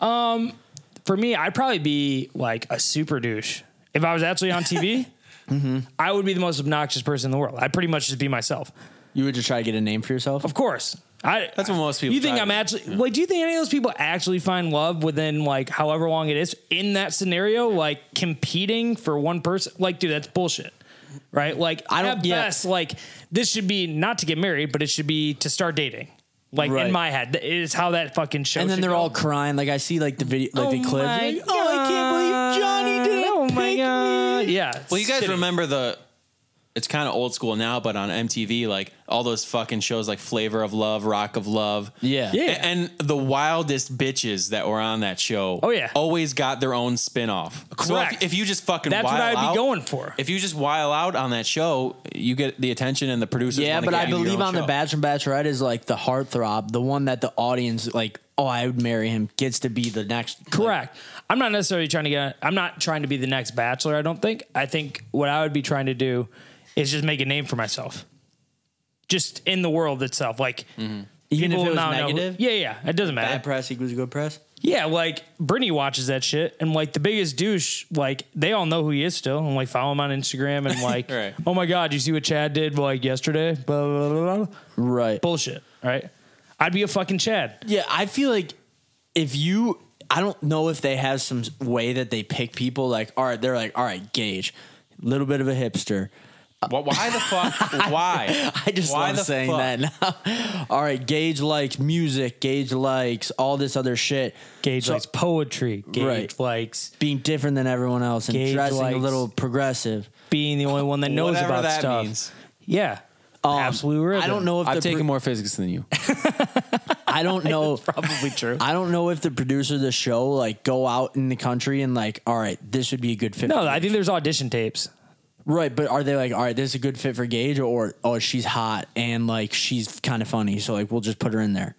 A: Um, for me, I'd probably be like a super douche if I was actually on TV.
C: Mm-hmm.
A: I would be the most obnoxious person in the world. I'd pretty much just be myself.
C: you would just try to get a name for yourself
A: Of course. I,
B: That's what most people
A: You think
B: try
A: I'm
B: to-
A: actually like? Do you think any of those people actually find love within like however long it is in that scenario? Like competing for one person, like dude, that's bullshit, right? Like
C: I don't-
A: at
C: yeah.
A: best, like this should be not to get married, but it should be to start dating. Like
C: Right.
A: in my head, that is how that fucking show.
C: and then
A: should
C: they're
A: go.
C: all crying like i see like the video like
A: Oh
C: the clips
A: my
C: like, oh i can't believe johnny did it
A: Oh my god! Yeah.
B: Well, you guys
A: Shitty.
B: remember the? It's kind of old school now, but on MTV, like all those fucking shows, like Flavor of Love, Rock of Love,
C: Yeah. Yeah.
B: A- and the wildest bitches that were on that show.
A: Oh, yeah.
B: always got their own spin off. So if-
A: Correct.
B: if, you just fucking
A: That's what
B: wile
A: I'd be
B: out-
A: going for.
B: If you just wile out on that show, you get the attention and the producers.
C: yeah
B: wanna
C: but
B: get
C: i
B: you your
C: believe
B: own
C: on the
B: show.
C: bachelor and bachelorette is like the heartthrob the one that the audience like oh i would marry him gets to be the next like,
A: Correct. I'm not necessarily trying to get. I'm not trying to be the next bachelor. I don't think. I think what I would be trying to do is just make a name for myself, just in the world itself. Like
C: Mm-hmm. even if
A: people
C: it was
A: now know who-
C: negative
A: yeah, yeah, it doesn't matter.
C: bad press equals good press
A: yeah, like Brittany watches that shit, and like the biggest douche, like they all know who he is still, and like follow him on Instagram, and like,
B: Right.
A: oh my god, you see what Chad did like yesterday? Blah blah blah. blah, blah.
C: right
A: Bullshit, right? I'd be a fucking Chad.
C: Yeah, I feel like if you, I don't know if they have some way that they pick people. Like, all right, they're like, all right, Gage, little bit of a hipster.
B: Wh- Why the fuck? Why?
C: I just
B: Why
C: love
B: the
C: saying
B: fuck?
C: that now. all right, Gage likes music. Gage likes all this other shit.
A: Gage
C: So-
A: likes poetry. Gage
C: Right.
A: likes
C: Being different than everyone else and
A: Gage
C: dressing a
A: likes-
C: little progressive.
A: being the only one that knows
B: Whatever
A: about
B: that
A: stuff.
B: means.
A: Yeah.
C: Um,
A: Absolutely.
C: I don't know if
B: I've
C: the
B: taken
C: pro-
B: more physics than you.
C: I don't know.
A: Probably true.
C: I don't know if the producer of the show like go out in the country and like, all right, this would be a good fit.
A: No,
C: for
A: I think there's audition tapes.
C: right, but are they like, all right, this is a good fit for Gage, or oh, she's hot and like she's kind of funny, so like we'll just put her in there.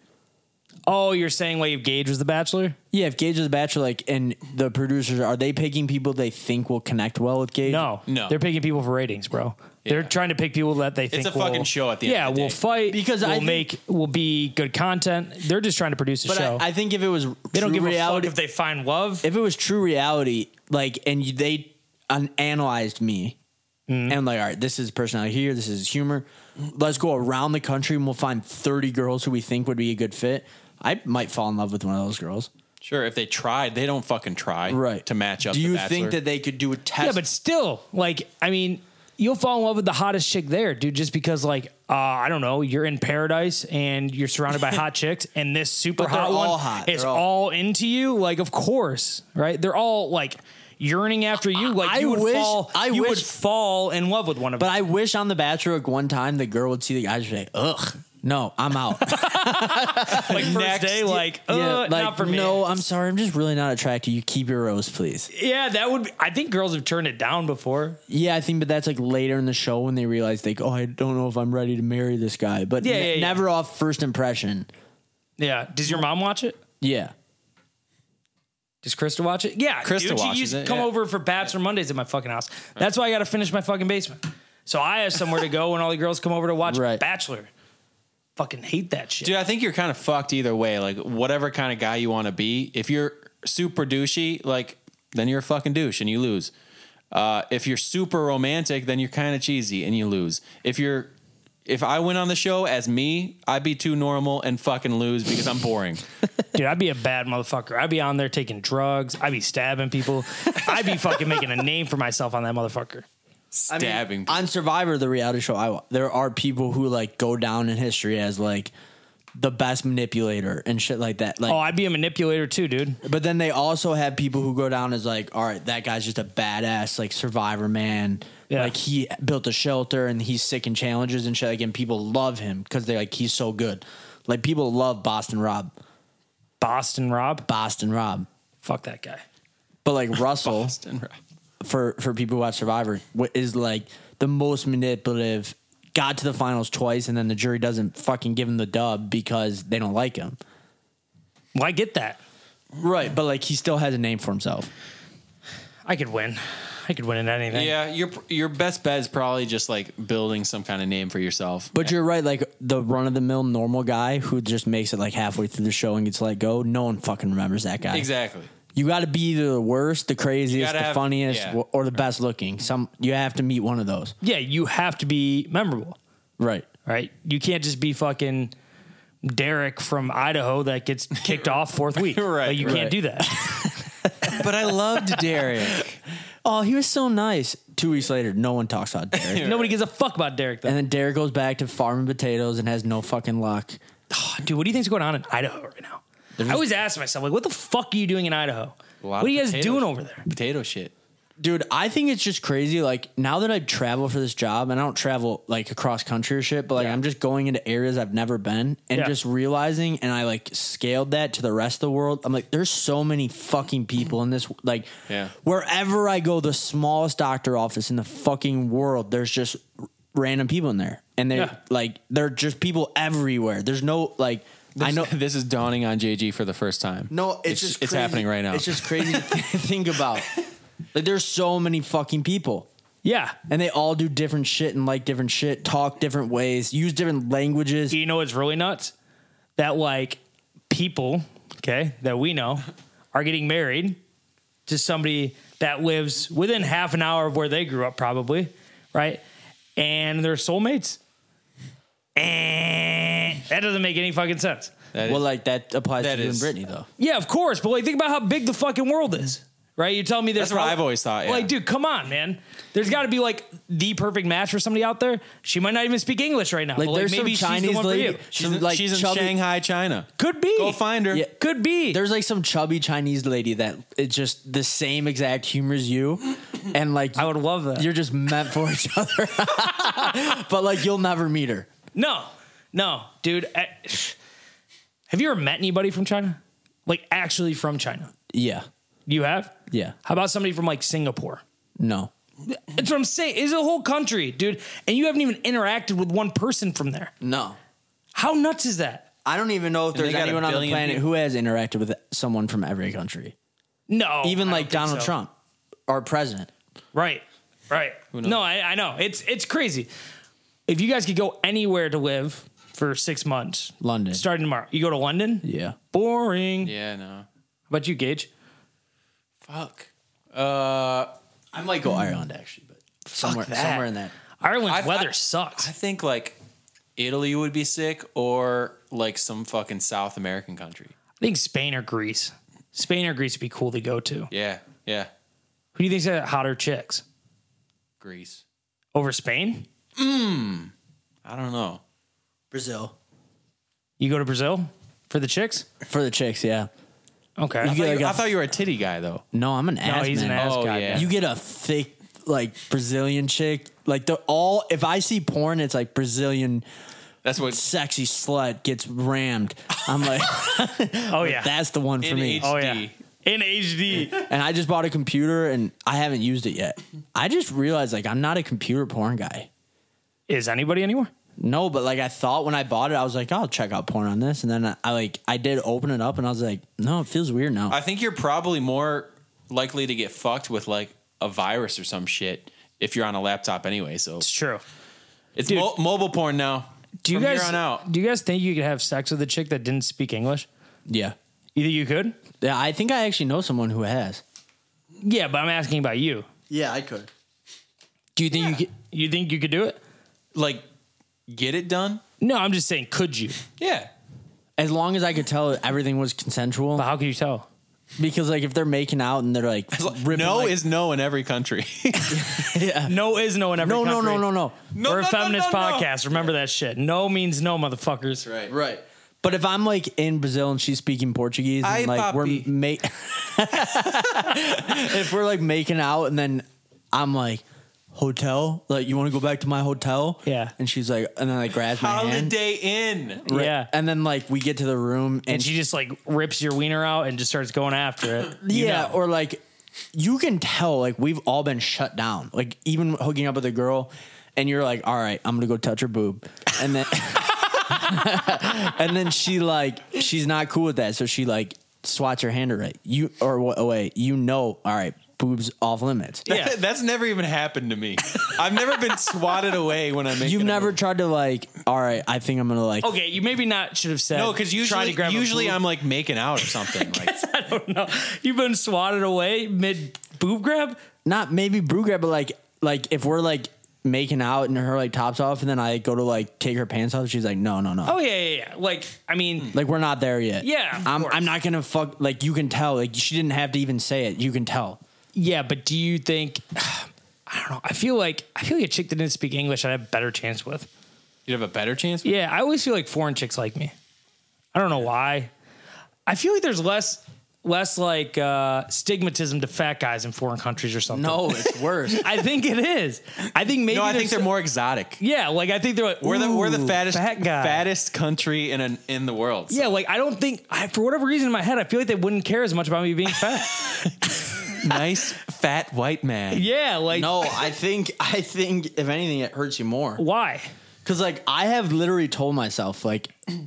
A: Oh, you're saying Wave Gage was the Bachelor?
C: Yeah, if Gage is a bachelor, like, and the producers are they picking people they think will connect well with Gage?
A: No,
B: No.
A: They're picking people for ratings, bro. They're
B: Yeah.
A: trying to pick people that they think
B: a
A: will-
B: fucking show at the end
A: yeah,
B: of the
A: will
B: day.
A: fight
C: Because
A: will
C: I think-
A: make will be good content. They're just trying to produce a
C: but
A: show.
C: I, I think if it was
A: they don't give
C: reality,
A: a fuck if they find love.
C: if it was true reality, like, and you- they un- analyzed me
A: Mm-hmm.
C: and like, all right, this is personality here, this is humor. Let's go around the country and we'll find 30 girls who we think would be a good fit. I might fall in love with one of those girls.
B: Sure, if they tried, they don't fucking try to match up.
C: Do
B: the
C: you
B: Bachelor.
C: think that they could do a test?
A: yeah, but still, like, I mean, you'll fall in love with the hottest chick there, dude, just because, like, uh, I don't know, you're in paradise and you're surrounded by hot chicks, and this super
C: But they're
A: hot one
C: all hot.
A: is
C: They're
A: all,
C: all-
A: into you. Like, of course, right? They're all like yearning after you. Like,
C: I
A: you would
C: wish-
A: fall.
C: I
A: you would
C: wish-
A: fall in love with one of
C: But
A: them.
C: I wish on The Bachelor, like, one time the girl would see the guy and say, ugh, no, I'm out.
A: like first day, like, uh, not for me.
C: No, I'm sorry. I'm just really not attracted. You keep your rose, please.
A: Yeah, that would. Be, I think girls have turned it down before.
C: Yeah, I think, but that's like later in the show when they realize, like, oh, I don't know if I'm ready to marry this guy. But
A: Yeah,
C: ne-
A: yeah, yeah.
C: never off first impression.
A: Yeah. Does your mom watch it?
C: Yeah.
A: Does Krista watch it? Yeah,
B: Krista
A: dude, she
B: watches
A: used to
B: it,
A: Come
B: yeah.
A: over for Bachelor Mondays at my fucking house. That's why I got to finish my fucking basement. So I have somewhere to go when all the girls come over to watch
C: Right.
A: Bachelor. Fucking hate that shit.
B: Dude, I think you're kind of fucked either way. Like, whatever kind of guy you want to be, if you're super douchey, like, then you're a fucking douche and you lose. Uh, if you're super romantic, then you're kind of cheesy and you lose. If you're, if I went on the show as me, I'd be too normal and fucking lose because I'm boring.
A: Dude, I'd be a bad motherfucker. I'd be on there taking drugs. I'd be stabbing people. I'd be fucking making a name for myself on that motherfucker.
B: Stabbing. people.
C: On Survivor, the reality show, I wa- there are people who like go down in history as like the best manipulator and shit like that. Like,
A: Oh, I'd be a manipulator too, dude.
C: but then they also have people who go down as like, all right, that guy's just a badass like Survivor man.
A: Yeah.
C: Like he built a shelter and he's sick in challenges and shit. Like, and people love him because they're like he's so good. Like people love Boston Rob,
A: Boston Rob.
C: Boston Rob.
A: Fuck that guy.
C: But like Russell,
B: Austin, right.
C: for for people who watch Survivor what is like the most manipulative. Got to the finals twice, and then the jury doesn't fucking give him the dub because they don't like him.
A: Well, I get that.
C: Right, but like he still has a name for himself.
A: I could win. I could win in anything.
B: Yeah, your your best bet is probably just like building some kind of name for yourself.
C: But you're right, like the run of the mill normal guy who just makes it like halfway through the show and gets let go. No one fucking remembers that guy.
B: exactly.
C: You got to be either the worst, the craziest,
B: gotta
C: the
B: have-
C: funniest,
B: yeah.
C: w- or the best looking. Some you have to meet one of those.
A: Yeah, you have to be memorable.
C: Right.
A: right? You can't just be fucking Derek from Idaho that gets kicked off fourth week.
B: Right,
A: Like, you
B: right.
A: can't do that.
B: But I loved Derek.
C: Oh, he was so nice. Two weeks later, no one talks about Derek.
A: Nobody gives a fuck about Derek though.
C: And then Derek goes back to farming potatoes and has no fucking luck.
A: Dude, what do you think's going on in Idaho right now? I always ask myself, like, what the fuck are you doing in Idaho?
B: lot
A: What
B: of
A: are you guys
B: potatoes.
A: doing over there?
B: Potato shit.
C: Dude, I think it's just crazy. Like now that I travel for this job, and I don't travel like across country or shit, but like I'm just going into areas I've never been and
A: Yeah.
C: just realizing. And I like scaled that to the rest of the world. I'm like, there's so many fucking people in this. Like,
B: Yeah.
C: wherever I go, the smallest doctor office in the fucking world, there's just r- random people in there, and they're
A: Yeah.
C: like, they're just people everywhere. There's no like. I know
B: this is dawning on JG for the first time.
C: No, it's, just
B: it's
C: crazy-
B: happening right now.
C: It's just crazy to th- think about. Like there's so many fucking people.
A: Yeah.
C: And they all do different shit and like different shit, talk different ways, use different languages.
A: You know what's really nuts? That like people, okay, that we know are getting married to somebody that lives within half an hour of where they grew up, probably, right? And they're soulmates. And that doesn't make any fucking sense.
B: That
C: well,
B: is-
C: like that applies
B: That
C: to you and
B: is-
C: Brittany though.
A: Yeah, of course. But like, think about how big the fucking world is, right? You're telling me there's
B: That's what
A: prob-
B: I've always thought, yeah.
A: Like, dude, come on, man. There's got to be like the perfect match for somebody out there. She might not even speak English right now.
C: Like
A: but, like
C: there's
A: maybe
C: some Chinese
A: she's the one
C: lady,
A: for you.
B: she's
C: some,
B: in,
C: like
B: she's in
C: chubby,
B: Shanghai, China.
A: Could be.
B: Go find her.
C: Yeah.
A: Could be.
C: There's like some chubby Chinese lady that it's just the same exact humor as you, and like
A: I would love that.
C: You're just meant for each other, but like you'll never meet her.
A: No, no, dude. I, Have you ever met anybody from China? Like actually from China?
C: Yeah.
A: You have?
C: Yeah.
A: How about somebody from like Singapore?
C: No.
A: That's what I'm saying. It's a whole country, dude. And you haven't even interacted with one person from there.
C: No.
A: How nuts is that?
C: I don't even know if
B: they
C: there's
B: got a
C: anyone on the
B: billion
C: planet
B: people.
C: who has interacted with someone from every country,
A: No.
C: even
A: I
C: like
A: don't think
C: Donald
A: so.
C: Trump, our president.
A: Right. Right. No, I, I know. It's it's crazy. If you guys could go anywhere to live for six months,
C: London.
A: starting tomorrow, you go to London.
C: Yeah.
A: Boring.
B: Yeah, no.
A: How about you, Gage?
B: Fuck. Uh,
C: I might go Ireland actually, but somewhere,
A: that.
C: somewhere in that.
A: Ireland's
B: I've-
A: weather
B: I-
A: sucks.
B: I think like Italy would be sick, or like some fucking South American country.
A: I think Spain or Greece. Spain or Greece would be cool to go to.
B: Yeah, yeah.
A: Who do you think's got hotter chicks
B: Greece.
A: over Spain?
B: I don't know.
C: Brazil.
A: You go to Brazil for the chicks?
C: For the chicks, yeah.
A: Okay.
C: You get like
B: I
C: a,
B: thought you were a titty guy though.
C: no, I'm an
A: no,
C: ass
A: he's
C: man.
A: an ass
B: Oh,
A: guy.
B: yeah.
A: man.
C: You get a thick like Brazilian chick. Like the all if I see porn, it's like Brazilian
B: That's what
C: sexy slut gets rammed. I'm like,
A: Oh yeah.
C: that's the one for
B: In
C: me.
B: H-
A: oh yeah.
B: HD.
A: In HD.
C: and I just bought a computer and I haven't used it yet. I just realized like I'm not a computer porn guy.
A: Is anybody anywhere?
C: No, but like I thought when I bought it, I was like, I'll check out porn on this. And then I, I like I did open it up and I was like, no, it feels weird now.
B: I think you're probably more likely to get fucked with like a virus or some shit if you're on a laptop anyway. So
A: It's true.
B: it's mo- mobile porn now.
A: Do you
B: From
A: guys
B: here on out?
A: do you guys think you could have sex with a chick that didn't speak English?
C: yeah.
A: You think you could?
C: Yeah, I think I actually know someone who has.
A: Yeah, but I'm asking about you.
C: Yeah, I could.
A: Do you think you could, you think you could do it?
B: Like, get it done.
A: No, I'm just saying, could you?
B: Yeah.
C: As long as I could tell everything was consensual.
A: But how can you tell?
C: Because like if they're making out and they're like ripping,
B: no
C: like-
B: is no in every country.
A: No is no in every
C: no no
A: country.
C: no no no
B: No,
A: We're a
B: no, no,
A: feminist
B: no, no.
A: podcast. Remember that shit. No means no, motherfuckers.
B: right.
C: right. But if I'm like in Brazil and she's speaking Portuguese and
B: Ai, papi.
C: like we're ma- if we're like making out and then I'm like hotel like you want to go back to my hotel
A: Yeah.
C: and she's like and then like grabs my hand
B: Holiday Inn.
C: Right.
A: Yeah.
C: and then like we get to the room and,
A: And she just like rips your wiener out and just starts going after it. You
C: yeah
A: know.
C: or like you can tell like we've all been shut down like even hooking up with a girl and you're like all right i'm gonna go touch her boob and then and then she like she's not cool with that so she like swats her hand away you or what away you know all right boobs off limits
A: Yeah.
B: That's never even happened to me. I've never been swatted away when I make.
C: you've never tried to like all right i think i'm gonna like
A: Okay, you maybe not should have said
B: No, because
A: try
B: usually,
A: to grab a
B: usually
A: boob.
B: I'm like making out or something. Like,
A: I don't know. You've been swatted away mid boob grab.
C: not maybe brew grab, but like like if we're like making out and her like tops off and then i go to like take her pants off she's like no no no
A: Oh yeah, yeah, yeah. Like I
B: Hmm.
A: mean,
C: Like we're not there yet.
A: Yeah, of
C: I'm.
A: course.
C: I'm not gonna fuck. Like you can tell. Like she didn't have to even say it. You can tell.
A: yeah. But do you think? I don't know. I feel like I feel like a chick that didn't speak English, I'd have a better chance with.
B: you'd have a better chance.
A: Yeah, I always feel like foreign chicks like me. I don't know why. I feel like there's less less like uh, stigmatism to fat guys in foreign countries or something.
C: it's worse.
A: I think it is. I think maybe
B: No, I
A: there's-
B: think they're more exotic.
A: Yeah, like I think they're like
B: We're the we're the
A: "Ooh,
B: fattest
A: fat guy.
B: fattest country in an, in the world. So
A: Yeah, like I don't think I, for whatever reason in my head I feel like they wouldn't care as much about me being fat.
B: nice fat white man.
A: yeah, like
C: no, I think. I think if anything, it hurts you more.
A: why?
C: Because like I have literally told myself like.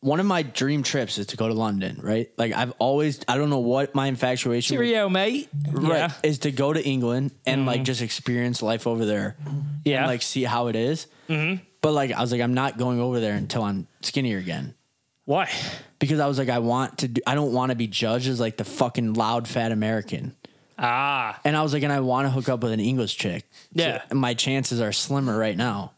C: One of my dream trips is to go to London, right? Like I've always, I don't know what my infatuation with-
A: Cheerio, mate.
C: right, is to go to England and like just experience life over there,
A: Mm-hmm. Yeah. Mm-hmm.
C: and like see how it is. But like I was like, I'm not going over there until I'm skinnier again.
A: Why?
C: because I was like, I want to do, I don't want to be judged as like the fucking loud fat American.
A: Ah,
C: And I was like, and I want to hook up with an English chick.
A: Yeah.
C: So my chances are slimmer right now.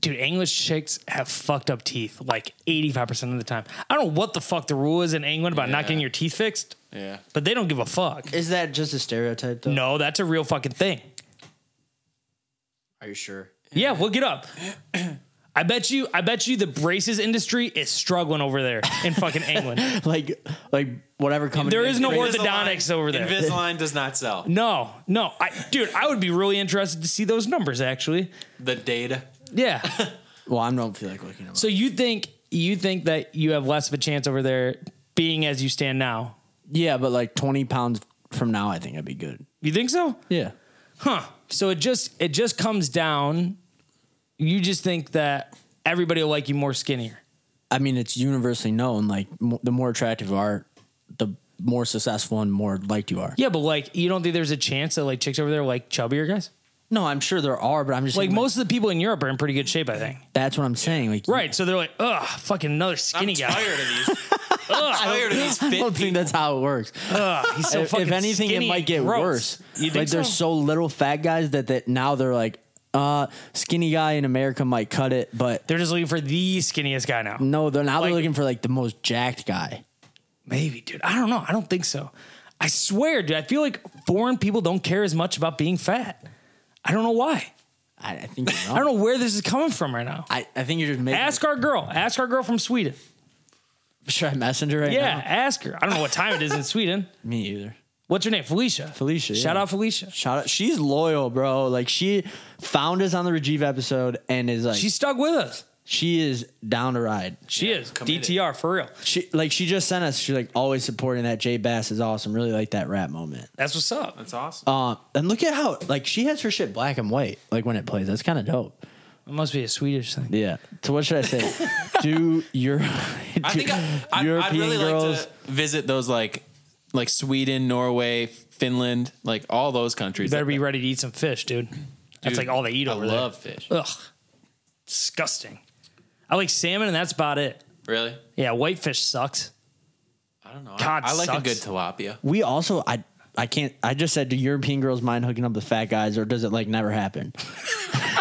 A: dude, English chicks have fucked up teeth like 85% of the time. I don't know what the fuck the rule is in England about not
B: Yeah.
A: getting your teeth fixed,
B: Yeah.
A: but they don't give a fuck.
C: Is that just a stereotype though?
A: No, that's a real fucking thing.
C: Are you sure?
A: Yeah, look it up. I bet you I bet you the braces industry is struggling over there in fucking England.
C: Like, like whatever company.
A: There is no
C: Great.
A: word- Orthodontics over there.
B: Invisalign does not sell.
A: No, no. I dude, I would be really interested to see those numbers actually.
B: The data.
A: Yeah.
C: Well, I don't feel like looking at
A: So you think you think that you have less of a chance over there being as you stand now.
C: Yeah, but like 20 pounds from now, I think I'd be good.
A: You think so?
C: Yeah.
A: Huh. So it just it just comes down. You just think that everybody will like you more skinnier.
C: I mean, it's universally known. Like, m- the more attractive you are, the more successful and more liked you are.
A: Yeah, but like you don't think there's a chance that like chicks over there like chubbier guys?
C: No, I'm sure there are, but I'm just
A: Like
C: saying,
A: most of the people in Europe are in pretty good shape, I think.
C: That's what I'm saying. Like,
A: Right. So they're like, ugh, fucking another skinny
B: I'm
A: guy.
B: tired of these. I'm tired of these
C: I don't
B: fit
C: think
B: people.
C: that's how it works.
A: Ugh, he's so
C: if,
A: fucking
C: if anything,
A: skinny
C: it might
A: and
C: get
A: gross.
C: worse.
A: You think
C: like
A: so?
C: there's so little fat guys that that now they're like, uh, skinny guy in America might cut it, but
A: They're just looking for the skinniest guy now.
C: no, they're now
A: Like-
C: they're looking for like the most jacked guy.
A: Maybe, dude. I don't know. I don't think so. I swear, dude. I feel like foreign people don't care as much about being fat. I don't know why.
C: I, I think you're
A: I don't know where this is coming from right now.
C: I, I think you're just making
A: Ask our girl. Ask our girl from Sweden.
C: should I messenger right
A: Yeah,
C: now?
A: ask her. I don't know what time it is in Sweden.
C: Me either.
A: What's her name? Felicia.
C: Felicia,
A: Shout
C: yeah.
A: out Felicia.
C: Shout out. She's loyal, bro. Like she found us on the Rajiv episode and is like
A: She stuck with us.
C: she is down to ride.
A: She is
B: committed.
A: DTR for real.
C: She like she just sent us. She's like always supporting that. Jay Bass is awesome. Really like that rap moment.
A: That's what's up.
B: That's awesome.
C: Uh, and look at how like she has her shit black and white. Like when it plays, that's kind of dope.
A: It must be a Swedish thing.
C: Yeah. So what should I say? do your
B: I think I, I, I'd
C: European
B: really
C: girls?
B: like to visit those like like Sweden, Norway, Finland, like all those countries.
A: You better be ready to eat some fish, dude. That's
B: Dude,
A: like all they eat over
B: I
A: there.
B: love fish.
A: Ugh, disgusting. I like salmon, and that's about it.
B: Really?
A: Yeah, whitefish sucks.
B: I don't know.
A: God,
B: I, I like a
A: sucks.
B: good tilapia.
C: we also I I can't. I just said, do European girls mind hooking up with fat guys, or does it like never happen?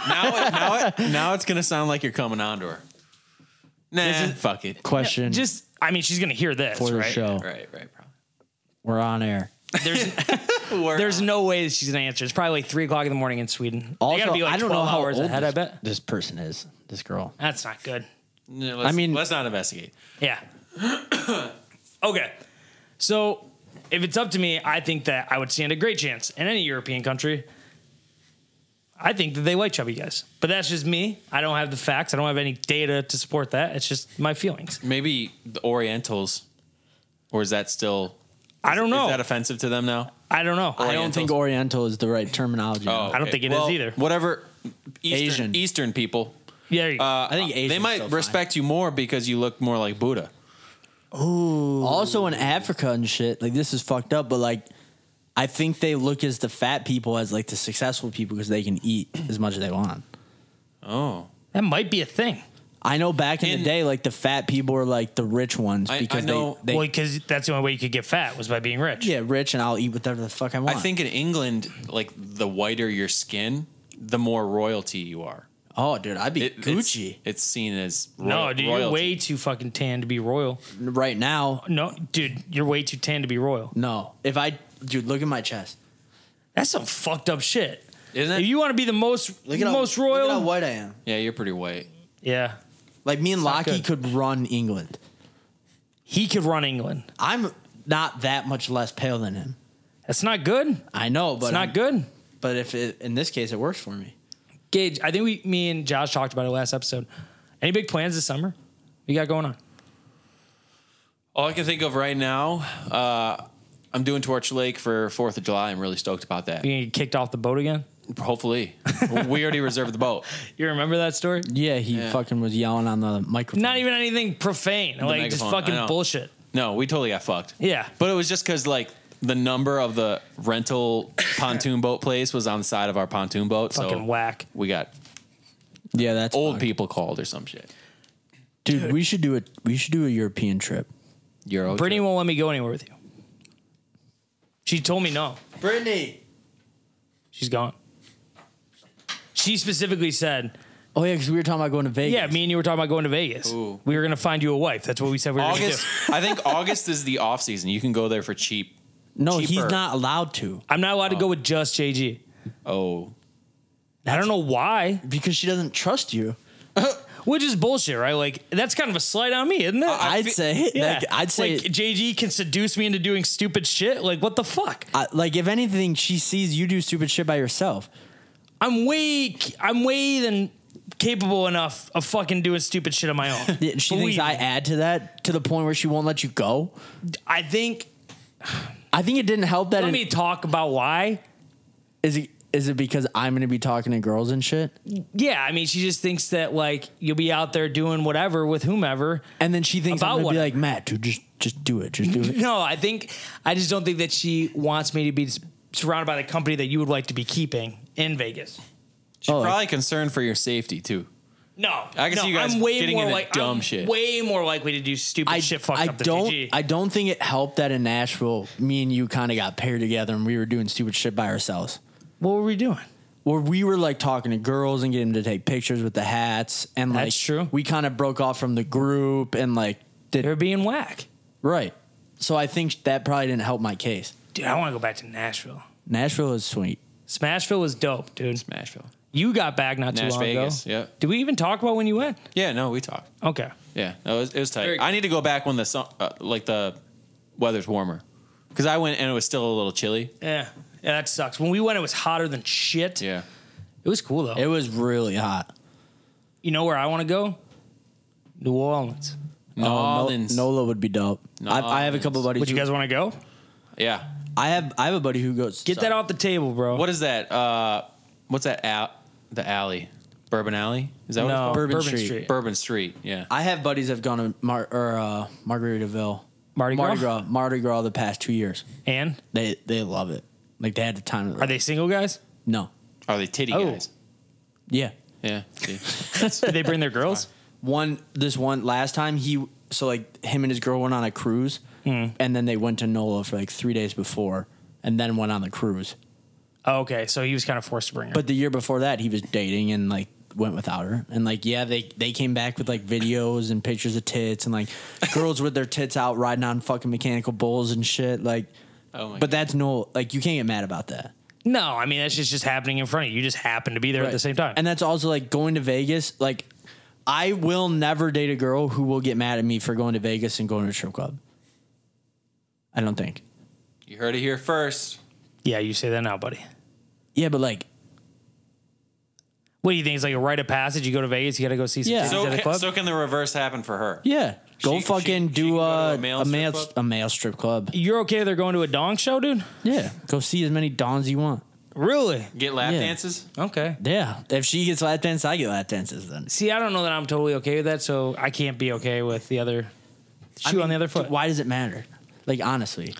B: Now, it, now, it, now it's gonna sound like you're coming on to her. Nah, fuck it.
C: Question.
A: Just, I mean, she's gonna hear this
C: for the
A: right?
C: show,
B: Right, right, probably.
C: we're on air.
A: There's no way that she's gonna answer. It's probably like three o'clock in the morning in Sweden.
C: Also,
A: they gotta be like
C: I don't know
A: 12
C: how
A: hours
C: old
A: ahead. I
C: this,
A: bet
C: this person is. This girl.
A: that's not good.
B: No, let's-
C: I mean-
B: let's not investigate.
A: Yeah. okay. So if it's up to me, I think that I would stand a great chance in any European country. I think that they like chubby guys, but that's just me. I don't have the facts. I don't have any data to support that. It's just my feelings.
B: Maybe the Orientals, or is that still?
A: I don't know.
B: Is that offensive to them now?
A: I don't know.
C: I don't think Oriental is the right terminology.
A: I don't think it
B: it
A: is
B: is
A: either.
B: Whatever, Eastern,
C: Asian.
B: Eastern people.
A: Yeah, there you go.
C: I think
B: Uh, they
C: Asian's
B: might
C: still fine.
B: respect you more because you look more like Buddha.
C: Also in Africa and shit, like this is fucked up, but like I think they look as the fat people as like the successful people because they can eat as much as they want.
B: Oh,
A: that might be a thing.
C: I know back in,
B: In-
C: the day, like the fat people were like the rich ones
B: I- I
C: because
B: know-
C: they, they
A: well, because that's the only way you could get fat was by being rich.
C: yeah rich and I'll eat whatever the fuck I want.
B: I think in England, like the whiter your skin, the more royalty you are.
C: oh dude, I'd be
B: It- it's-
C: Gucci
B: It's, seen as
A: No,
B: roy-
A: dude, you're
B: royalty.
A: way too fucking tan to be royal.
C: right now.
A: No, dude, you're way too tan to be royal.
C: No, if I dude, look at my chest.
A: That's some fucked up shit.
B: Isn't it?
A: If you want to be the most
C: Look at how-
A: most
C: Look
A: royal,
C: at how white I am.
B: yeah, you're pretty white.
A: yeah,
C: Like me and
A: not
C: Lockie
A: good.
C: could run England.
A: he could run England.
C: I'm not that much less pale than him.
A: That's not good. It's
C: I know, but
A: not
C: I'm-
A: good.
C: But if it, in this case it works for me.
A: Gage, I think we, me and Josh talked about it last episode. Any big plans this summer? We got going on?
B: All I can think of right now, uh, I'm doing Torch Lake for Fourth of July. I'm really stoked about that.
A: You gonna get kicked off the boat again?
B: Hopefully, we already reserved the boat.
A: You remember that story?
C: Yeah, he fucking was yelling on the microphone.
A: Not even anything profane, like just
B: megaphone, I
A: fucking
B: know.
A: bullshit.
B: No, we totally got fucked.
A: Yeah.
B: But it was just because like the number of the rental pontoon boat place was on the side of our pontoon boat. so
A: Fucking whack.
B: We got
C: yeah, that's
B: old
C: fucked.
B: people called or some shit.
C: Dude, we should do a we should do a European trip.
B: Euro.
A: Brittany
B: trip.
A: won't let me go anywhere with you. She told me no.
C: Brittany.
A: She's gone. She specifically said,
C: Oh yeah, because we were talking about going to Vegas.
A: Yeah, me and you were talking about going to Vegas.
B: Ooh.
A: We were going to find you a wife. That's what we said we were going to do.
B: August. I think August is the off season. You can go there for cheap.
C: no,
B: cheaper.
C: he's not allowed to
A: I'm not allowed to go with just JG.
B: Oh,
A: I don't know why,
C: because she doesn't trust you.
A: which is bullshit, right? Like, that's kind of a slight on me, isn't it?
B: I
C: I'd
B: fe-
C: say,
A: Yeah.
C: like, I'd say,
A: like, JG can seduce me into doing stupid shit. Like, what the fuck?
C: I- like if anything, she sees you do stupid shit by yourself.
A: I'm way, I'm way than capable enough of fucking doing stupid shit on my own.
C: Yeah, and she
A: Believe
C: thinks I
A: me.
C: add to that to the point where she won't let you go.
A: I think.
C: I think it didn't help that.
A: Let
C: it-
A: me talk about why.
C: is it is it because I'm going to be talking to girls and shit?
A: Yeah, I mean, she just thinks that like you'll be out there doing whatever with whomever.
C: And then she thinks
A: About
C: I'm going to
A: what?
C: be like Matt, dude, just just do it, just do it.
A: No, I think I just don't think that she wants me to be s- surrounded by the company that you would like to be keeping in Vegas.
B: She's
C: Oh,
B: probably concerned for your safety too.
A: No,
B: I can
A: no,
B: see you guys
A: I'm way
B: getting
A: more
B: into
A: like
B: dumb
A: I'm
B: shit.
A: Way more likely to do stupid shit. Fuck
C: I
A: up the
C: don't.
A: GG.
C: I don't think it helped that in Nashville, me and you kind of got paired together and we were doing stupid shit by ourselves.
A: what were we doing?
C: Where we were like talking to girls and getting them to take pictures with the hats, and like
A: That's true.
C: we kind of broke off from the group and like
A: They
C: did
A: were being whack.
C: right. So I think that probably didn't help my case.
A: Dude, I want to go back to Nashville.
C: Nashville is sweet.
A: Smashville was dope, dude.
B: Nashville.
A: You got back not too
B: Nash
A: long
B: Vegas,
A: ago.
B: yeah.
A: Did we even talk about when you went?
B: Yeah, no, we talked.
A: Okay.
B: Yeah, no, it was, it was tight.
A: Very-
B: I need to go back when the sun, uh, like the weather's warmer because I went and it was still a little chilly.
A: Yeah. Yeah, that sucks. When we went, it was hotter than shit.
B: Yeah,
A: It was cool though.
C: It was really hot.
A: you know where I want to go? New Orleans.
B: New
C: Oh, No-
B: Orleans.
C: Nola would be dope.
B: New
C: I, I have a couple buddies.
A: Would you
C: who-
A: guys want to go?
B: yeah.
C: I have I have a buddy who goes.
A: Get that off the table, bro.
B: What is that? Uh, what's that? Al- the alley, Bourbon Alley. Is that what it's
A: No,
B: called?
A: Bourbon,
C: Bourbon
A: Street.
C: Street.
B: Bourbon Street. Yeah.
C: I have buddies that've gone to Mar- or uh, Margaritaville,
A: Mardi Gras?
C: Mardi Gras, Mardi Gras the past two years.
A: And
C: They they love it. Like they had the time. Of
A: are they single guys?
C: No.
B: Are they titty
A: Oh.
B: guys?
C: Yeah.
B: Yeah. see.
A: Did they bring their girls?
C: One this one last time he so like him and his girl went on a cruise,
A: Hmm.
C: and then they went to NOLA for like three days before, and then went on the cruise.
A: Oh, okay, so he was kind of forced to bring her.
C: But the year before that, he was dating and like went without her. And like, yeah, they they came back with like videos and pictures of tits and like girls with their tits out riding on fucking mechanical bulls and shit. Like,
B: Oh my
C: but
B: God.
C: that's no like you can't get mad about that.
A: no, I mean that's just just happening in front of you. You just happen to be there at the same time.
C: And that's also like going to Vegas. Like, I will never date a girl who will get mad at me for going to Vegas and going to a strip club. I don't think.
B: you heard it here first.
A: yeah, you say that now, buddy.
C: Yeah, but like,
A: What do you think? It's like a rite of passage. You go to Vegas, you got to go see some
C: Yeah.
A: titties
B: So
A: at a
B: can,
A: club.
B: so can the reverse happen for her?
C: yeah, go
B: She-
C: fucking
B: she- she can
C: do
B: go to
C: uh,
B: a male
C: a
B: strip
C: male
B: club?
C: a male strip club.
A: You're okay with her going to a dong show, dude?
C: Yeah, go see as many dons you want.
A: Really?
B: Get lap
C: Yeah.
B: dances.
A: Okay.
C: Yeah. If she gets lap dance, I get lap dances then.
A: See, I don't know that I'm totally okay with that, so I can't be okay with the other shoe on the other foot.
C: Why does it matter? Like honestly.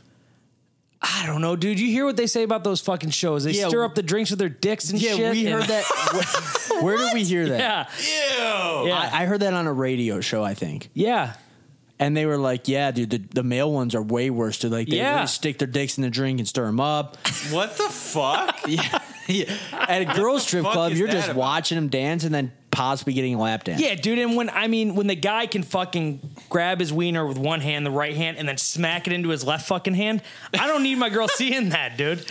A: I don't know, dude. You hear what they say about those fucking shows? They
C: Yeah,
A: stir
C: w-
A: up the drinks with their dicks and shit. and-
C: that. Wh- Where did we hear that?
A: Yeah,
B: Ew.
A: yeah,
C: I, I heard that on a radio show, I think.
A: yeah.
C: And they were like, "Yeah, dude, the, the male ones are way worse. Dude, like they
A: Yeah.
C: really stick their dicks in the drink and stir them up."
B: What the fuck?
C: yeah. At a girls' strip
B: fuck
C: club,
B: is
C: you're
B: that
C: just
B: about?
C: watching them dance and then possibly getting a lap dance.
A: Yeah, dude, and when I mean when the guy can fucking grab his wiener with one hand, the right hand, and then smack it into his left fucking hand, I don't need my girl seeing that, dude.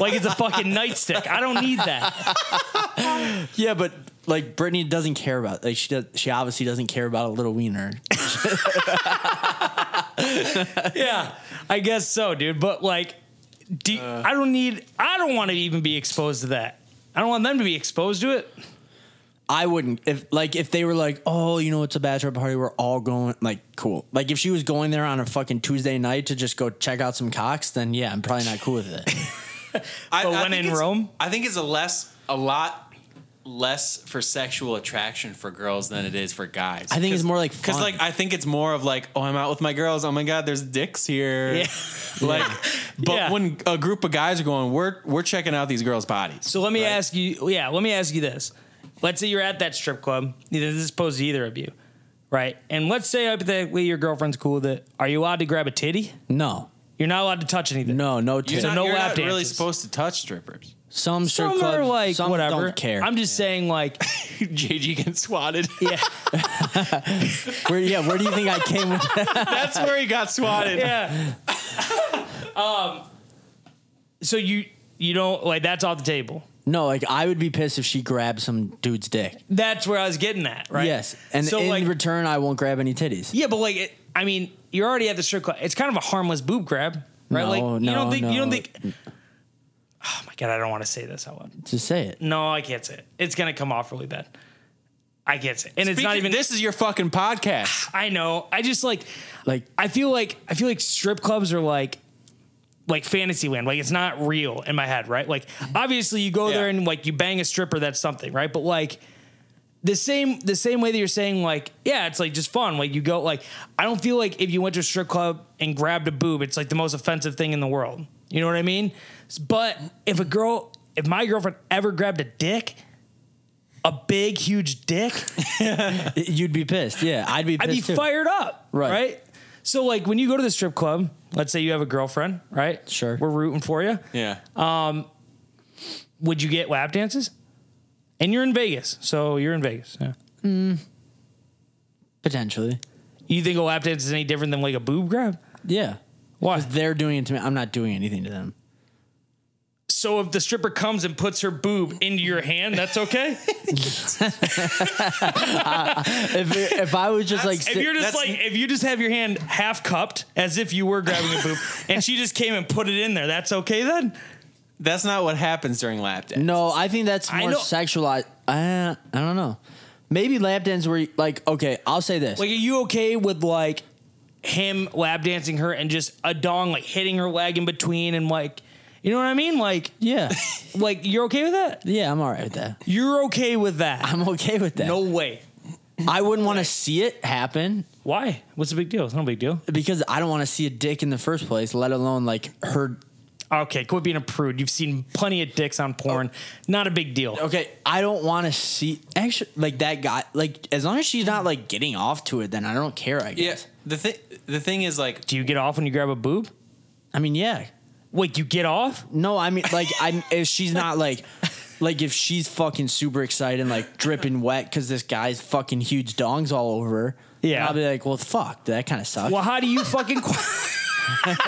A: Like it's a fucking nightstick. I don't need that.
C: Yeah, but like Brittany doesn't care about like she does. She obviously doesn't care about a little wiener.
A: Yeah, I guess so, dude. But like, do, I don't need. I don't want to even be exposed to that. I don't want them to be exposed to it.
C: I wouldn't if like if they were like, oh, you know, it's a bachelor party, we're all going like cool. Like if she was going there on a fucking Tuesday night to just go check out some cocks, then yeah, I'm probably not cool with it.
B: I,
A: But when
B: think
A: in
B: it's-
A: Rome?
B: I think it's a less, a lot less for sexual attraction for girls than it is for guys.
C: I think it's more like
B: because,
C: fun.
B: like, I think it's more of like, oh, I'm out with my girls. Oh my god, there's dicks here.
A: Yeah.
B: Like, but
A: Yeah.
B: when a group of guys are going, we're we're checking out these girls' bodies.
A: So let me
B: Right.
A: ask you, yeah, let me ask you this. Let's say you're at that strip club. Neither this is posed to either of you, right? And let's say hypothetically your girlfriend's cool with it. Are you allowed to grab a titty?
C: no,
A: You're not allowed to touch anything.
C: no, no. T-
B: you're not,
A: no
B: you're
A: lap
B: not really
A: dances.
B: supposed to touch strippers.
C: some strip
A: Some
C: clubs,
A: are like
C: some
A: whatever.
C: don't care.
A: I'm just saying, like,
B: JG gets swatted.
A: yeah,
C: where, yeah, where do you think I came with? that?
B: That's where he got swatted.
A: yeah. um, so you you don't like that's off the table.
C: No, like I would be pissed if she grabbed some dude's dick.
A: That's where I was getting at, right?
C: Yes, and
A: so
C: in
A: like,
C: return, I won't grab any titties.
A: yeah, but like, it, I mean, you're already at the strip club. It's kind of a harmless boob grab, right?
C: No,
A: like, you don't
C: no,
A: think you don't
C: no.
A: think. Oh my god, I don't want to say this out loud.
C: Just say it.
A: No, I can't say it. It's gonna come off really bad. I can't say. And it's not
B: Speaking-
A: even
B: This is your fucking podcast.
A: I know. I just like
C: Like
A: I feel like I feel like strip clubs are like like fantasy land. Like it's not real in my head, right? Like obviously you go
B: Yeah.
A: there and like you bang a stripper, that's something, right? But like the same the same way that you're saying like yeah, it's like just fun. Like you go like I don't feel like if you went to a strip club and grabbed a boob, it's like the most offensive thing in the world. You know what I mean? S- But if a girl, if my girlfriend ever grabbed a dick, a big huge dick.
C: you'd be pissed. Yeah, I'd be.
A: I'd
C: Pissed
A: be
C: too.
A: fired up.
C: Right.
A: Right. So like when you go to the strip club, let's say you have a girlfriend, right?
C: Sure.
A: We're rooting for you.
B: Yeah.
A: Would you get lap dances? And you're in Vegas, so you're in Vegas. Yeah.
C: Potentially.
A: You think a lap dance is any different than like a boob grab?
C: Yeah.
A: Why?
C: 'Cause They're doing it to me. I'm not doing anything to them.
A: So if the stripper comes and puts her boob into your hand, that's okay.
C: If, if I was just like,
A: if
C: sit-
A: you're just
B: that's-
A: like, if you just have your hand half cupped as if you were grabbing a boob, and she just came and put it in there, that's okay then.
B: That's not what happens during lap dance.
C: no, I think that's
A: I
C: more
A: know-
C: sexualized. I, I don't know. Maybe lap dance where, you, like, okay, I'll say this.
A: Like, are you okay with like him lap dancing her and just a dong like hitting her leg in between and like, you know what I mean? Like,
C: yeah,
A: like you're okay with that?
C: yeah, I'm all right with that.
A: You're okay with that?
C: I'm okay with that.
A: No way.
C: I wouldn't want to see it happen
A: Why? What's the big deal? It's no big deal.
C: because I don't want to see a dick in the first place, let alone like her.
A: Okay, quit being a prude. You've seen plenty of dicks on porn. Not a big deal.
C: Okay, I don't want to see actually like that guy. Like as long as she's not like getting off to it, then I don't care. I
B: Yeah.
C: guess.
B: The thing. The thing is like.
A: Do you get off when you grab a boob?
C: I mean, yeah.
A: Wait, you get off?
C: No, I mean like I if she's not like like if she's fucking super excited and like dripping wet because this guy's fucking huge dongs all over her.
A: Yeah.
C: I'll be like, well, fuck, that kind of sucks.
A: Well, how do you fucking? Qu-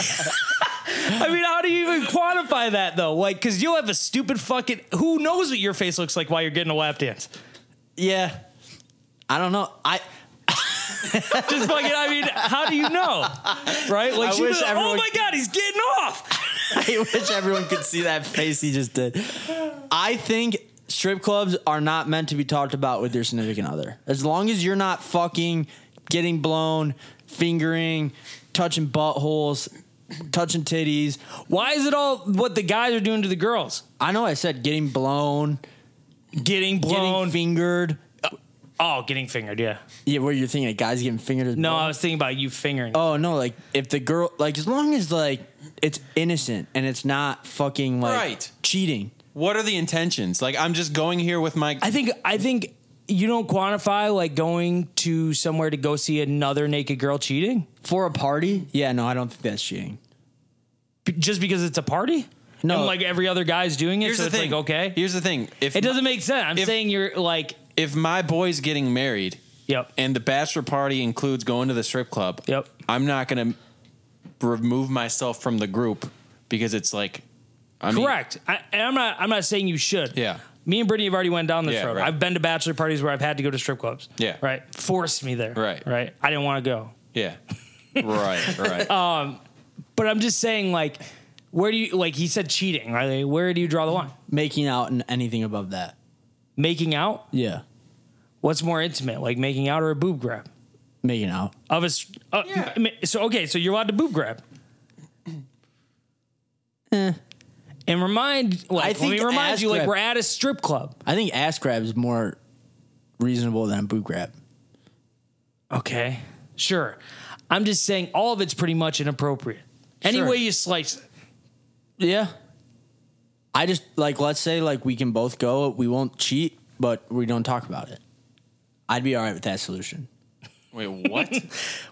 A: I mean, how do you even quantify that though? Like, because you'll have a stupid fucking. Who knows what your face looks like while you're getting a lap dance?
C: Yeah, I don't know. I
A: Just fucking. I mean, how do you know? Right? Like,
C: I
A: she
C: wish
A: was, oh
C: everyone-
A: my god, he's getting off.
C: I wish everyone could see that face he just did. I think strip clubs are not meant to be talked about with your significant other. As long as you're not fucking getting blown, fingering, touching buttholes, touching titties.
A: Why is it all what the guys are doing to the girls?
C: I know I said getting blown,
A: Getting
C: getting
A: blown.
C: fingered.
A: oh, getting fingered. Yeah.
C: Yeah, where you're thinking a guy's getting fingered. as
A: No,
C: blown.
A: I was thinking about you fingering.
C: Oh no! Like if the girl, like as long as like it's innocent and it's not fucking like
B: Right.
C: cheating.
B: What are the intentions? Like I'm just going here with my.
A: I think I think you don't quantify like going to somewhere to go see another naked girl cheating
C: for a party? Yeah, no, I don't think that's cheating.
A: B- just because it's a party.
C: No.
A: and like every other guy's doing it,
B: here's
A: so
B: the
A: it's
B: thing.
A: like okay,
B: Here's the thing. If
A: it doesn't make sense. I'm
B: If-
A: saying you're like,
B: if my boy's getting married
A: yep,
B: and the bachelor party includes going to the strip club,
A: Yep.
B: I'm not gonna remove myself from the group because it's like, I mean,
A: correct. I, and I'm not. I'm not saying you should.
B: Yeah.
A: Me and Brittany have already went down this
B: Yeah,
A: road.
B: right.
A: I've been to bachelor parties where I've had to go to strip clubs.
B: Yeah.
A: Right. Forced me there.
B: Right.
A: Right. I didn't want to go.
B: Yeah. right. Right.
A: But I'm just saying, like, where do you like? He said cheating. Right? Like, where do you draw the line?
C: Making out and anything above that.
A: Making out.
C: Yeah.
A: What's more intimate, like making out or a boob grab?
C: Making out.
A: Of a s- uh,
B: Yeah.
A: m- so okay, so you're allowed to boob grab. And remind, like,
C: I
A: let me
C: think
A: remind
C: ass
A: you, like,
C: grab-
A: we're at a strip club.
C: I think ass grab is more reasonable than boot grab.
A: Okay, sure. I'm just saying, all of it's pretty much inappropriate. Any
C: Sure.
A: way you slice it,
C: Yeah. I just like let's say like we can both go, we won't cheat, but we don't talk about it. I'd be all right with that solution.
B: Wait, what?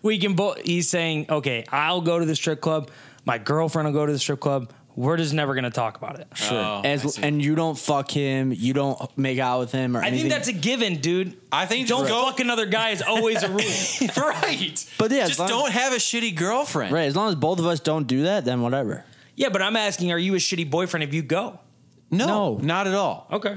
A: we can both. He's saying, okay, I'll go to the strip club. My girlfriend will go to the strip club. We're just never going to talk about it.
C: Sure.
B: Oh, I
C: As
B: see.
C: and you don't fuck him, you don't make out with him or
A: I
C: anything.
A: think that's a given, dude.
B: I think
A: Don't
B: just
C: Oh.
B: go
A: fuck another guy is always a rule.
B: right.
C: But yeah, as
B: just
C: long as-
B: don't have a shitty girlfriend.
C: right. As long as both of us don't do that, then whatever.
A: yeah, but I'm asking, are you a shitty boyfriend if you go?
B: No,
C: No.
B: not at all.
A: Okay.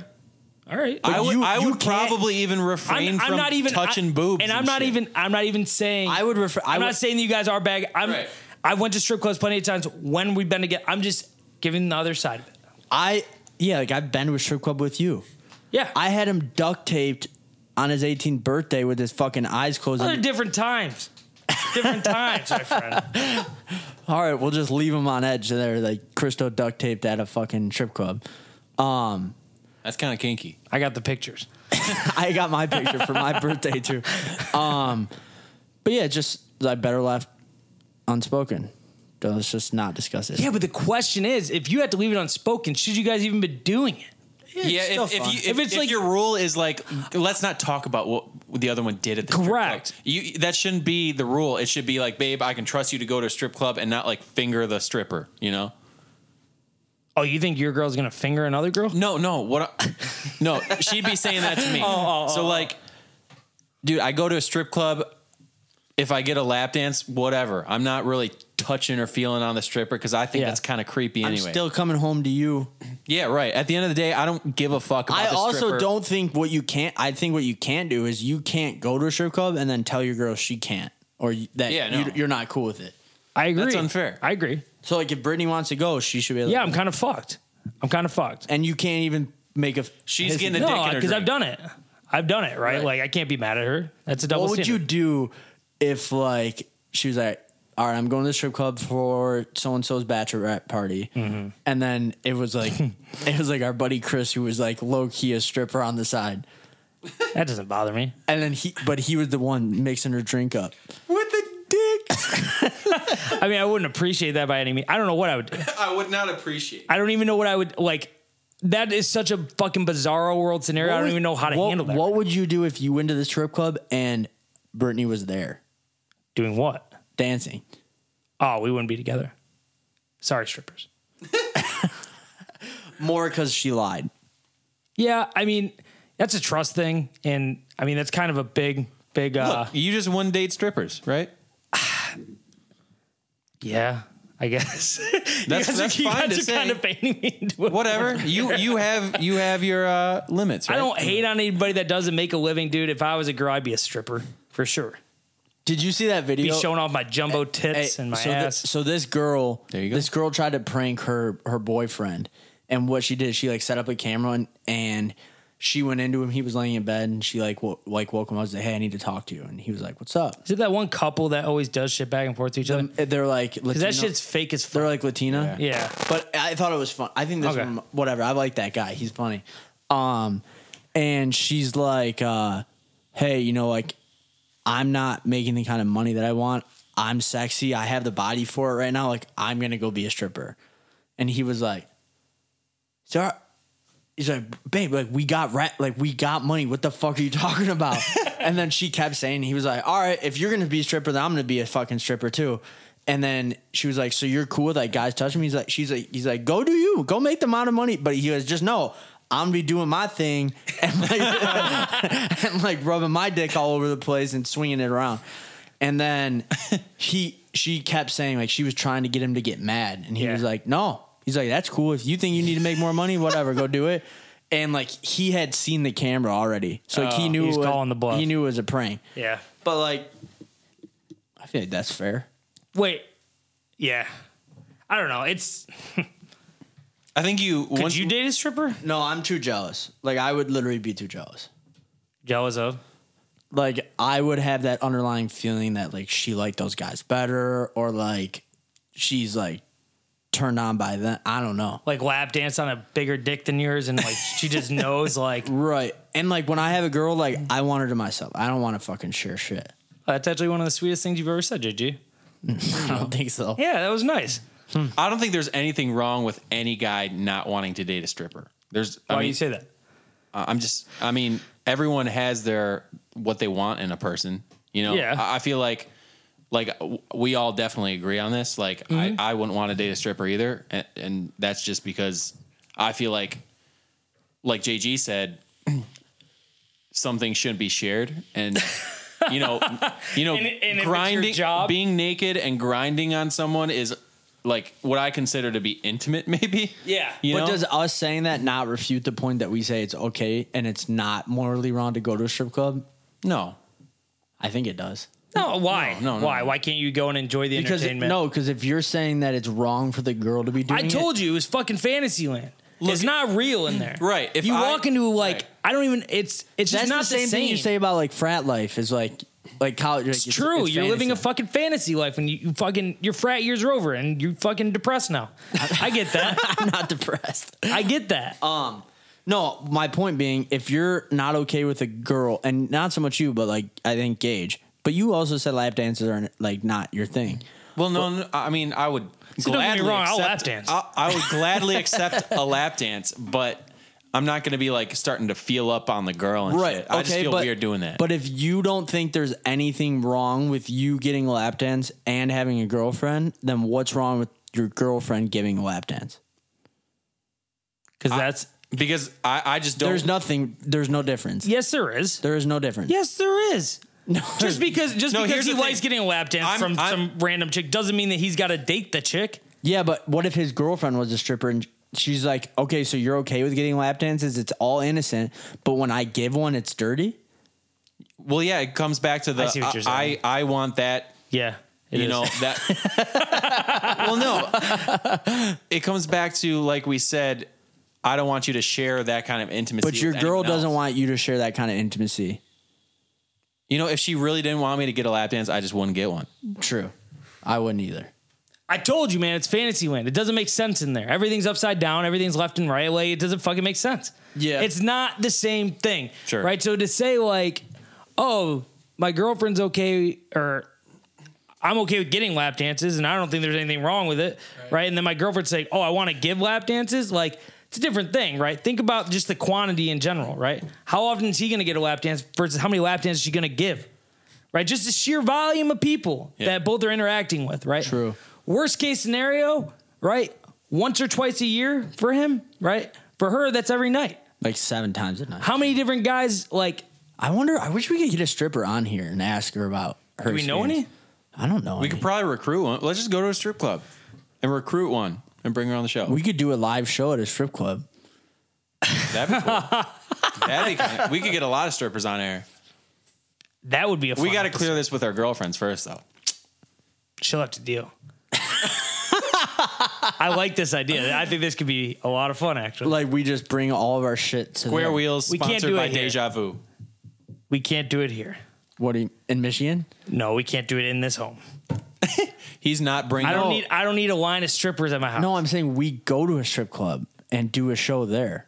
A: All right.
B: I would,
C: you-
B: I
C: you
B: would
C: can't-
B: probably even refrain
A: I'm, I'm
B: from
A: not even
B: touching
A: I-
B: boobs,
A: and I'm not
B: shit.
A: even. I'm not even saying.
C: I would refer- I
A: I'm
C: would-
A: not saying that you guys are bag. I'm.
B: Right.
A: I went to strip clubs plenty of times when we've been together. I'm just giving the other side of it.
C: I yeah, like I've been to a strip club with you.
A: Yeah.
C: I had him duct taped on his 18th birthday with his fucking eyes closed.
A: Those are different times. Different times, my friend.
C: All right, we'll just leave him on edge there, like Christo duct taped at a fucking strip club. Um,
B: That's kind of kinky.
A: I got the pictures.
C: I got my picture for my birthday too. Um, but yeah, just I better left unspoken. So Let's just not discuss it.
A: Yeah, but the question is, if you had to leave it unspoken, should you guys even be doing it?
B: Yeah,
C: still
B: if, if,
C: fun.
B: you, if,
A: If it's
B: if
A: like-
B: your rule is like, let's not talk about what the other one did at the strip club.
A: Correct.
B: You that shouldn't be the rule. It should be like, babe, I can trust you to go to a strip club and not like finger the stripper. You know?
A: Oh, you think your girl's gonna finger another girl?
B: No, no. What? I, no, she'd be saying that to me. so like, dude, I go to a strip club. If I get a lap dance, whatever. I'm not really touching or feeling on the stripper because I think
A: Yeah.
B: that's kind of creepy
C: I'm
B: anyway.
C: still coming home to you.
B: yeah, right. At the end of the day, I don't give a fuck. About
C: I
B: the
C: also
B: stripper.
C: don't think what you can't. I think what you can do is you can't go to a strip club and then tell your girl she can't or you- that
B: Yeah,
C: you,
B: no.
C: you're not cool with it.
A: I agree.
B: That's unfair.
A: I agree.
C: So like, if Brittany wants to go, she should be. Like,
A: Yeah, I'm kind of fucked. I'm kind of fucked.
C: and you can't even make a.
B: She's getting a dick
A: No,
B: in her
A: because I've
B: drink.
A: done it. I've done it, right? Like I can't be mad at her. That's a double.
C: What would you
A: standard.
C: do if like she was like, all right, I'm going to the strip club for so and so's bachelorette party,
A: Mm-hmm.
C: and then it was like, it was like our buddy Chris who was like low key a stripper on the side,
A: That doesn't bother me.
C: and then he, but he was the one mixing her drink up.
B: with a dick.
A: I mean, I wouldn't appreciate that by any means. I don't know what I would. do.
B: I would not appreciate.
A: I don't even know what I would like. That is such a fucking bizarro world scenario. I don't even know how to
C: what,
A: handle that.
C: What would you do if you went to the strip club and Brittany was there
A: Doing what?
C: dancing?
A: Oh, we wouldn't be together. Sorry, strippers.
C: More because she lied.
A: Yeah, I mean, that's a trust thing, and I mean that's kind of a big, big. uh
B: you just one date strippers, right?
A: Yeah, I guess. You
B: That's-
A: guys are-
B: that's
A: you
B: fine
A: guys
B: to
A: are
B: say.
A: Kind of painting me into a-
B: Whatever. you you have you have your uh, limits. Right?
A: I don't hate on anybody that doesn't make a living, dude. If I was a girl, I'd be a stripper for sure.
C: Did you see that video?
A: Be showing off my
B: eh,
A: jumbo
C: Hey,
A: tits and my
C: so thi-
A: ass.
C: so this girl,
B: There you go.
C: this girl tried to prank her her boyfriend, and what she did, she like set up a camera and, and she went into him. He was laying in bed, and she like wo- like woke him up. and said, "Hey, I need to talk to you," and he was like, "What's up?"
A: Is it that one couple that always does shit back and forth to each other?
C: Um, They're like Latino.
A: Because that shit's fake as fuck.
C: they're like Latina.
A: Yeah.
C: But I thought it was fun. I think this
A: Okay.
C: one, whatever. I like that guy. He's funny. Um, and she's like, uh, hey, you know, like, I'm not making the kind of money that I want. I'm sexy. I have the body for it right now. Like, I'm gonna go be a stripper. And he was like, so he's like, babe, like we got rat, like we got money. What the fuck are you talking about? and then she kept saying, he was like, all right, if you're gonna be a stripper, then I'm gonna be a fucking stripper too. And then she was like, so you're cool with like guys touching me? He's like, she's like, he's like, go do you, go make the amount of money. But he was just no. I'm gonna be doing my thing and like, and like rubbing my dick all over the place and swinging it around. And then he, she kept saying like she was trying to get him to get mad, and he
A: Yeah.
C: was like, no. He's like, that's cool. If you think you need to make more money, whatever, go do it. And like he had seen the camera already, so like, he
A: Oh,
C: knew
A: he was
C: it was-
A: calling the bluff.
C: He knew it was a prank.
A: Yeah.
C: But like, I feel like that's fair.
A: Wait. Yeah. I don't know. It's
B: I think you
A: could
B: once
A: you date a stripper?
C: No, I'm too jealous. Like I would literally be too jealous.
A: Jealous of?
C: Like I would have that underlying feeling that like she liked those guys better, or like she's like turned on by them. I don't know.
A: Like lap dance on a bigger dick than yours, and like she just knows like oh,
C: Right. And like when I have a girl, like I want her to myself. I don't want to fucking share shit.
A: that's actually one of the sweetest things you've ever said, JG.
C: I don't think so.
A: Yeah, that was nice.
B: I don't think there's anything wrong with any guy not wanting to date a stripper. There's
A: Why
B: I
A: do
B: mean,
A: you say that?
B: I- I'm just I mean everyone has their what they want in a person. You know,
A: Yeah.
B: I, I feel like like w- we all definitely agree on this. Like
A: Mm-hmm.
B: I, I wouldn't want to date a stripper either, and, and that's just because I feel like like JG said something shouldn't be shared and. You know, you know,
A: And- and if it's your
B: grinding,
A: job-
B: being naked and grinding on someone is like what I consider to be intimate, maybe.
A: Yeah.
B: You
C: But
B: know?
C: does us saying that not refute the point that we say it's okay and it's not morally wrong to go to a strip club?
B: no,
C: I think it does.
A: No, why?
B: No, no, no.
A: why? Why can't you go and enjoy the
C: Because
A: entertainment?
C: no, because if you're saying that it's wrong for the girl to be doing
A: I told you it was fucking fantasy land. it's not real in there.
B: Right, if
A: you
B: I-
A: walk into like
B: right.
A: I don't even. It's it's just
C: That's
A: not
C: the same, thing you say about like frat life is like like college. like,
A: It's, true.
C: it's
A: you're living a
C: fantasy.
A: fucking fantasy life when you, you fucking your frat years are over and you're fucking depressed now. I get that.
C: I'm not depressed.
A: I get that.
B: Uh,
C: Um, no, my point being, if you're not okay with a girl, and not so much you, but like I think Gage, but you also said lap dances are like not your thing.
B: Well, no, no, I mean, I would
A: So don't get me
B: gladly
A: wrong, I'll
B: accept,
A: lap dance.
B: I, I would gladly accept a lap dance, but I'm not going to be like starting to feel up on the girl and shit. I just feel weird doing that.
C: But if you don't think there's anything wrong with you getting a lap dance and having a girlfriend, then what's wrong with your girlfriend giving a lap dance?
A: Because that's
B: because I, I just don't.
C: There's nothing. There's no difference.
A: yes, there is.
C: There is no difference.
A: Yes, there is. Just because just
B: No,
A: because
B: here's
A: he
B: the
A: likes
B: thing.
A: getting a lap dance
B: I'm-
A: from
B: I'm-
A: some random chick doesn't mean that he's got to date the chick.
C: Yeah, but what if his girlfriend was a stripper and she's like, okay, so you're okay with getting lap dances? It's all innocent, but when I give one, it's dirty.
B: well, yeah, it comes back to the I,
A: see what you're
B: I,
A: saying.
B: I want that
A: Yeah,
B: you know that well no it comes back to like we said i don't want you to share that kind of intimacy
C: But
B: with
C: your girl
B: anyone
C: doesn't
B: else.
C: want you to share that kind of intimacy.
B: you know if she really didn't want me to get a lap dance i just wouldn't get one
C: True. I wouldn't either.
A: I told you, man, it's Fantasyland. It doesn't make sense in there. Everything's upside down. Everything's left and right. Like it doesn't fucking make sense.
C: Yeah.
A: it's not the same thing.
B: Sure.
A: right? So to say like, oh, my girlfriend's okay, or I'm okay with getting lap dances, and I don't think there's anything wrong with it, right? And then my girlfriend's saying, oh, I want to give lap dances, like. It's a different thing, right? Think about just the quantity in general, right? How often is he going to get a lap dance versus how many lap dances is she going to give, right? Just the sheer volume of people
B: Yeah.
A: that both are interacting with, right?
C: True.
A: Worst case scenario, right? Once or twice a year for him, right? For her, that's every night.
C: Like seven times a night.
A: How many different guys like?
C: I wonder. I wish we could get a stripper on here and ask her about her.
A: Do we know
C: experience. I don't know.
B: we
C: any.
B: could probably recruit one let's just go to a strip club and recruit one and bring her on the show
C: we could do a live show at a strip club.
B: that'd be cool that'd be kinda- we could get a lot of strippers on air
A: That would be a. Fun
B: we got to
A: episode.
B: clear this with our girlfriends first though
A: She'll have to deal. I like this idea. I think this could be a lot of fun. Actually,
C: Like we just bring all of our shit to
B: square
C: the-
B: wheels
A: We can't
B: sponsored
A: do
B: by
A: it here.
B: deja vu
A: we can't do it here.
C: What do you, in Michigan?
A: No, we can't do it in this home.
B: he's not bringing Oh,
A: I don't
B: No.
A: need. I don't need a line of strippers at my house.
C: No, I'm saying we go to a strip club and do a show there.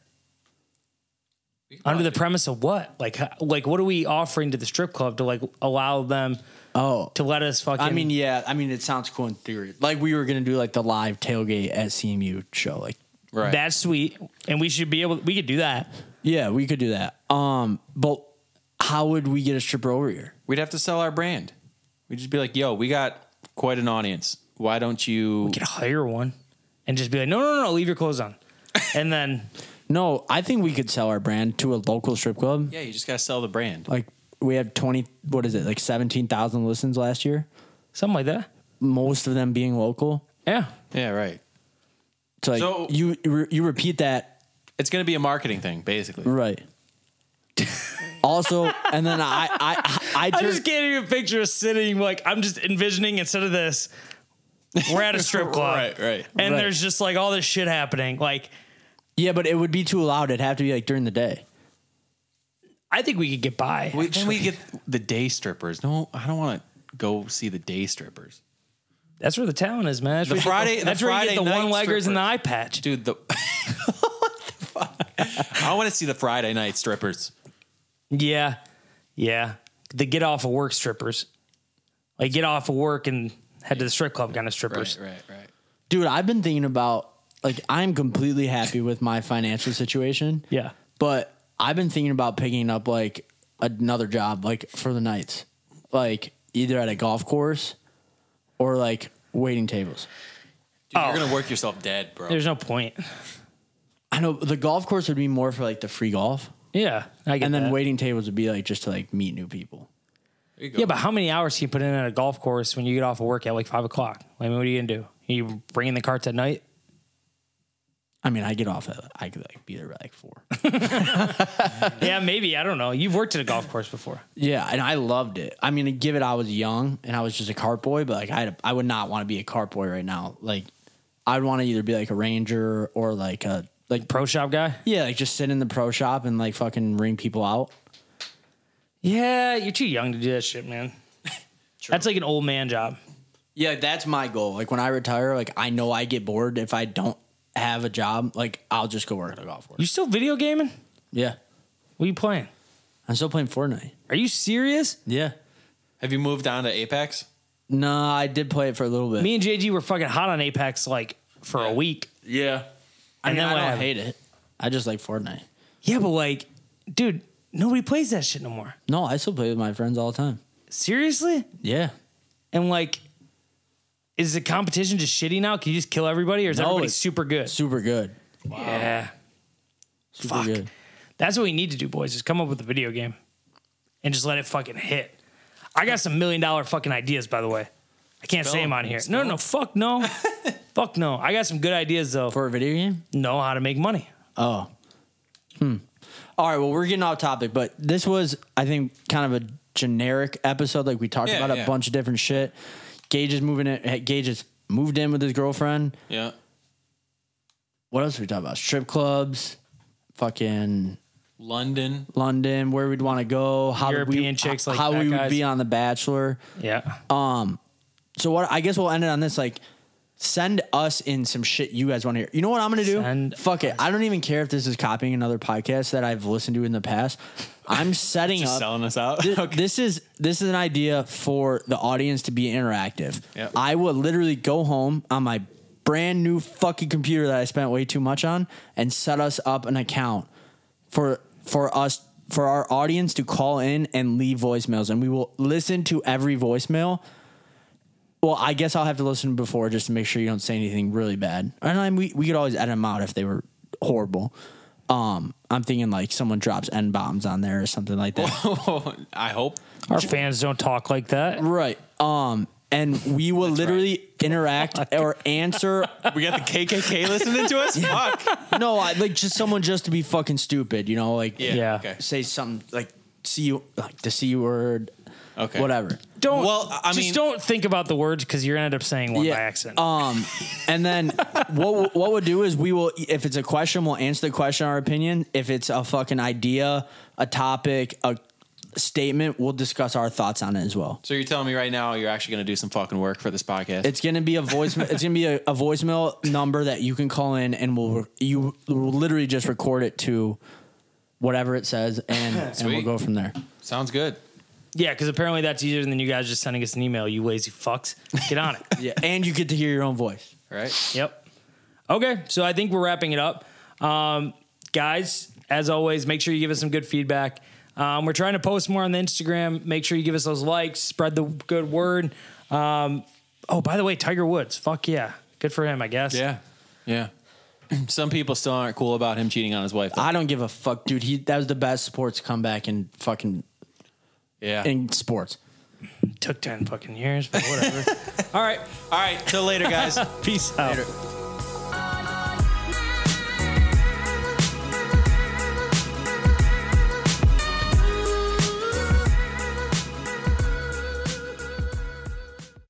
A: Under the premise of what? Like, h- like what are we offering to the strip club to like allow them
C: Oh,
A: to let us fucking?
C: I mean, yeah. I mean, it sounds cool in theory. Like we were gonna do like the live tailgate at CMU show. Like,
B: right
A: that's sweet, and we should be able. We could do that.
C: yeah, we could do that. Um, but how would we get a stripper over here?
B: We'd have to sell our brand. We'd just be like, yo, we got quite an audience. Why don't you?
A: could hire one and just be like, no, no, no, no, leave your clothes on. And then
C: No, I think we could sell our brand to a local strip club.
B: Yeah, you just got to sell the brand.
C: Like we had twenty. What is it? Like seventeen thousand listens last year.
A: something like that.
C: Most of them being local.
A: Yeah.
B: Yeah, right.
C: It's like
B: So-
C: you you repeat that
B: It's going to be a marketing thing, basically.
C: right. also, and then I I I,
A: I
C: tur-
A: just can't even picture us sitting like I'm just envisioning instead of this, we're at a strip club.
B: Right, right.
A: And
C: Right.
A: there's just like all this shit happening. Like
C: yeah, but it would be too loud. It'd have to be like during the day.
A: I think we could get by.
B: We, then we get the day strippers. No, I don't want to go see the day strippers.
A: that's where the talent is, man. That's
B: The
A: where you get
B: Friday- the
A: that's where you get the
B: Friday night
A: one leggers and the
B: strippers.
A: eye patch.
B: Dude, the. what the fuck? I want to see the Friday night strippers.
A: Yeah, yeah. The get off of work strippers, like get off of work and head to the strip club kind of strippers.
B: right, right.
C: Dude, I've been thinking about like I'm completely happy with my financial situation.
A: Yeah.
C: But I've been thinking about picking up like another job like for the nights. Like either at a golf course or like waiting tables.
B: Dude, You're going to work yourself dead, bro.
A: Oh. There's no point.
C: I know the golf course would be more for like the free golf
A: Yeah, I get
C: and then
A: that.
C: waiting tables would be like just to like meet new people.
B: There you go.
A: Yeah, but how many hours can you put in at a golf course when you get off of work at like five o'clock? I mean, what are you gonna do? you bringing the carts at night?
C: I mean, I get off at I could like be there by like 4.
A: yeah, maybe. I don't know. You've worked at a golf course before.
C: yeah, and I loved it. I mean, to give it I was young and I was just a cart boy, but like I had a, I would not want to be a cart boy right now. Like I'd want to either be like a ranger or like a Like
A: Pro shop guy?
C: yeah, like just sit in the pro shop and like fucking ring people out.
A: Yeah, you're too young to do that shit, man. That's like an old man job.
C: Yeah, that's my goal. Like when I retire, like I know I get bored if I don't have a job. Like I'll just go work at a golf course.
A: You still video gaming?
C: Yeah,
A: What are you playing?
C: I'm still playing Fortnite.
A: Are you serious?
C: Yeah.
B: Have you moved on to Apex?
C: No, I did play it for a little bit.
A: Me and JG were fucking hot on Apex like for a week.
B: Yeah.
C: I
A: and
C: mean,
A: then
C: I
A: what
C: don't
A: happened?
C: hate it. I just like Fortnite.
A: Yeah, but like, dude, nobody plays that shit no more.
C: No, I still play with my friends all the time.
A: Seriously?
C: Yeah.
A: And like, is the competition just shitty now? Can you just kill everybody, or is
C: No,
A: everybody
C: it's-
A: super good?
C: Super good.
A: Yeah,
C: Super
A: Fuck.
C: good.
A: that's what we need to do, boys. Is come up with a video game, and just let it fucking hit. I got some million dollar fucking ideas, by the way. I can't say them on here. No, no, no, fuck no, fuck no. I got some good ideas though. For
C: For a video game?
A: know how to make money.
C: Oh. Hmm. All right, well, we're getting off topic, but this was, I think, kind of a generic episode. Like we talked
B: Yeah,
C: about
B: yeah.
C: a bunch of different shit. Gage is moving in Gage has moved in with his girlfriend.
B: Yeah.
C: What else did we talk about? Strip clubs, fucking
B: London.
C: London, where we'd want to go, how did we,
A: European chicks like
C: how
A: fat
C: we would
A: guys.
C: be on The Bachelor.
A: Yeah,
C: So what? I guess we'll end it on this. Like, send us in some shit you guys want to hear. You know what I'm gonna do?
A: Send
C: Fuck it. I don't even care if this is copying another podcast that I've listened to in the past. I'm setting
B: Just
C: up.
B: selling us out.
C: Th- This is this is an idea for the audience to be interactive.
B: Yep.
C: I will literally go home on my brand new fucking computer that I spent way too much on and set us up an account for for us for our audience to call in and leave voicemails and we will listen to every voicemail. Well, I guess I'll have to listen before just to make sure you don't say anything really bad. And I we we could always edit them out if they were horrible. Um, I'm thinking like someone drops n bombs on there or something like that.
B: I hope.
A: our fans don't talk like that.
C: Right. Um, and we will literally interact or answer.
B: We got the KKK listening to us? Fuck.
C: no, I, like just someone just to be fucking stupid, you know, like
A: Yeah.
B: Okay.
C: say something like see you like the c word,
B: Okay.
C: whatever.
A: Don't.
B: Well, I
A: just
B: mean-
A: don't think about the words because you're gonna end up saying one
C: Yeah.
A: by accident.
C: Um, and then what what we'll do is we will if it's a question, we'll answer the question our opinion. If it's a fucking idea, a topic, a statement, we'll discuss our thoughts on it as well.
B: So you're telling me right now you're actually going to do some fucking work for this podcast?
C: It's gonna be a voicemail. it's gonna be a, a voicemail number that you can call in, and we'll you will literally just record it to whatever it says, and and we'll
B: Sweet.
C: go from there.
B: Sounds good.
A: Yeah, because apparently that's easier than you guys just sending us an email, you lazy fucks. Get on it.
C: Yeah, and you get to hear your own voice.
B: All right.
A: Yep. Okay, so I think we're wrapping it up. Um, guys, as always, make sure you give us some good feedback. Um, we're trying to post more on the Instagram. Make sure you give us those likes, spread the good word. Um, oh, by the way, Tiger Woods. Fuck yeah. Good for him, I guess.
B: Yeah. Yeah. Some people still aren't cool about him cheating on his wife. though.
C: I don't give a fuck, dude. He that was the best sports comeback in fucking
B: yeah.
C: in sports.
A: Took 10 fucking years, but whatever. All right.
B: All right. Till later, guys.
A: Peace out.
C: Later.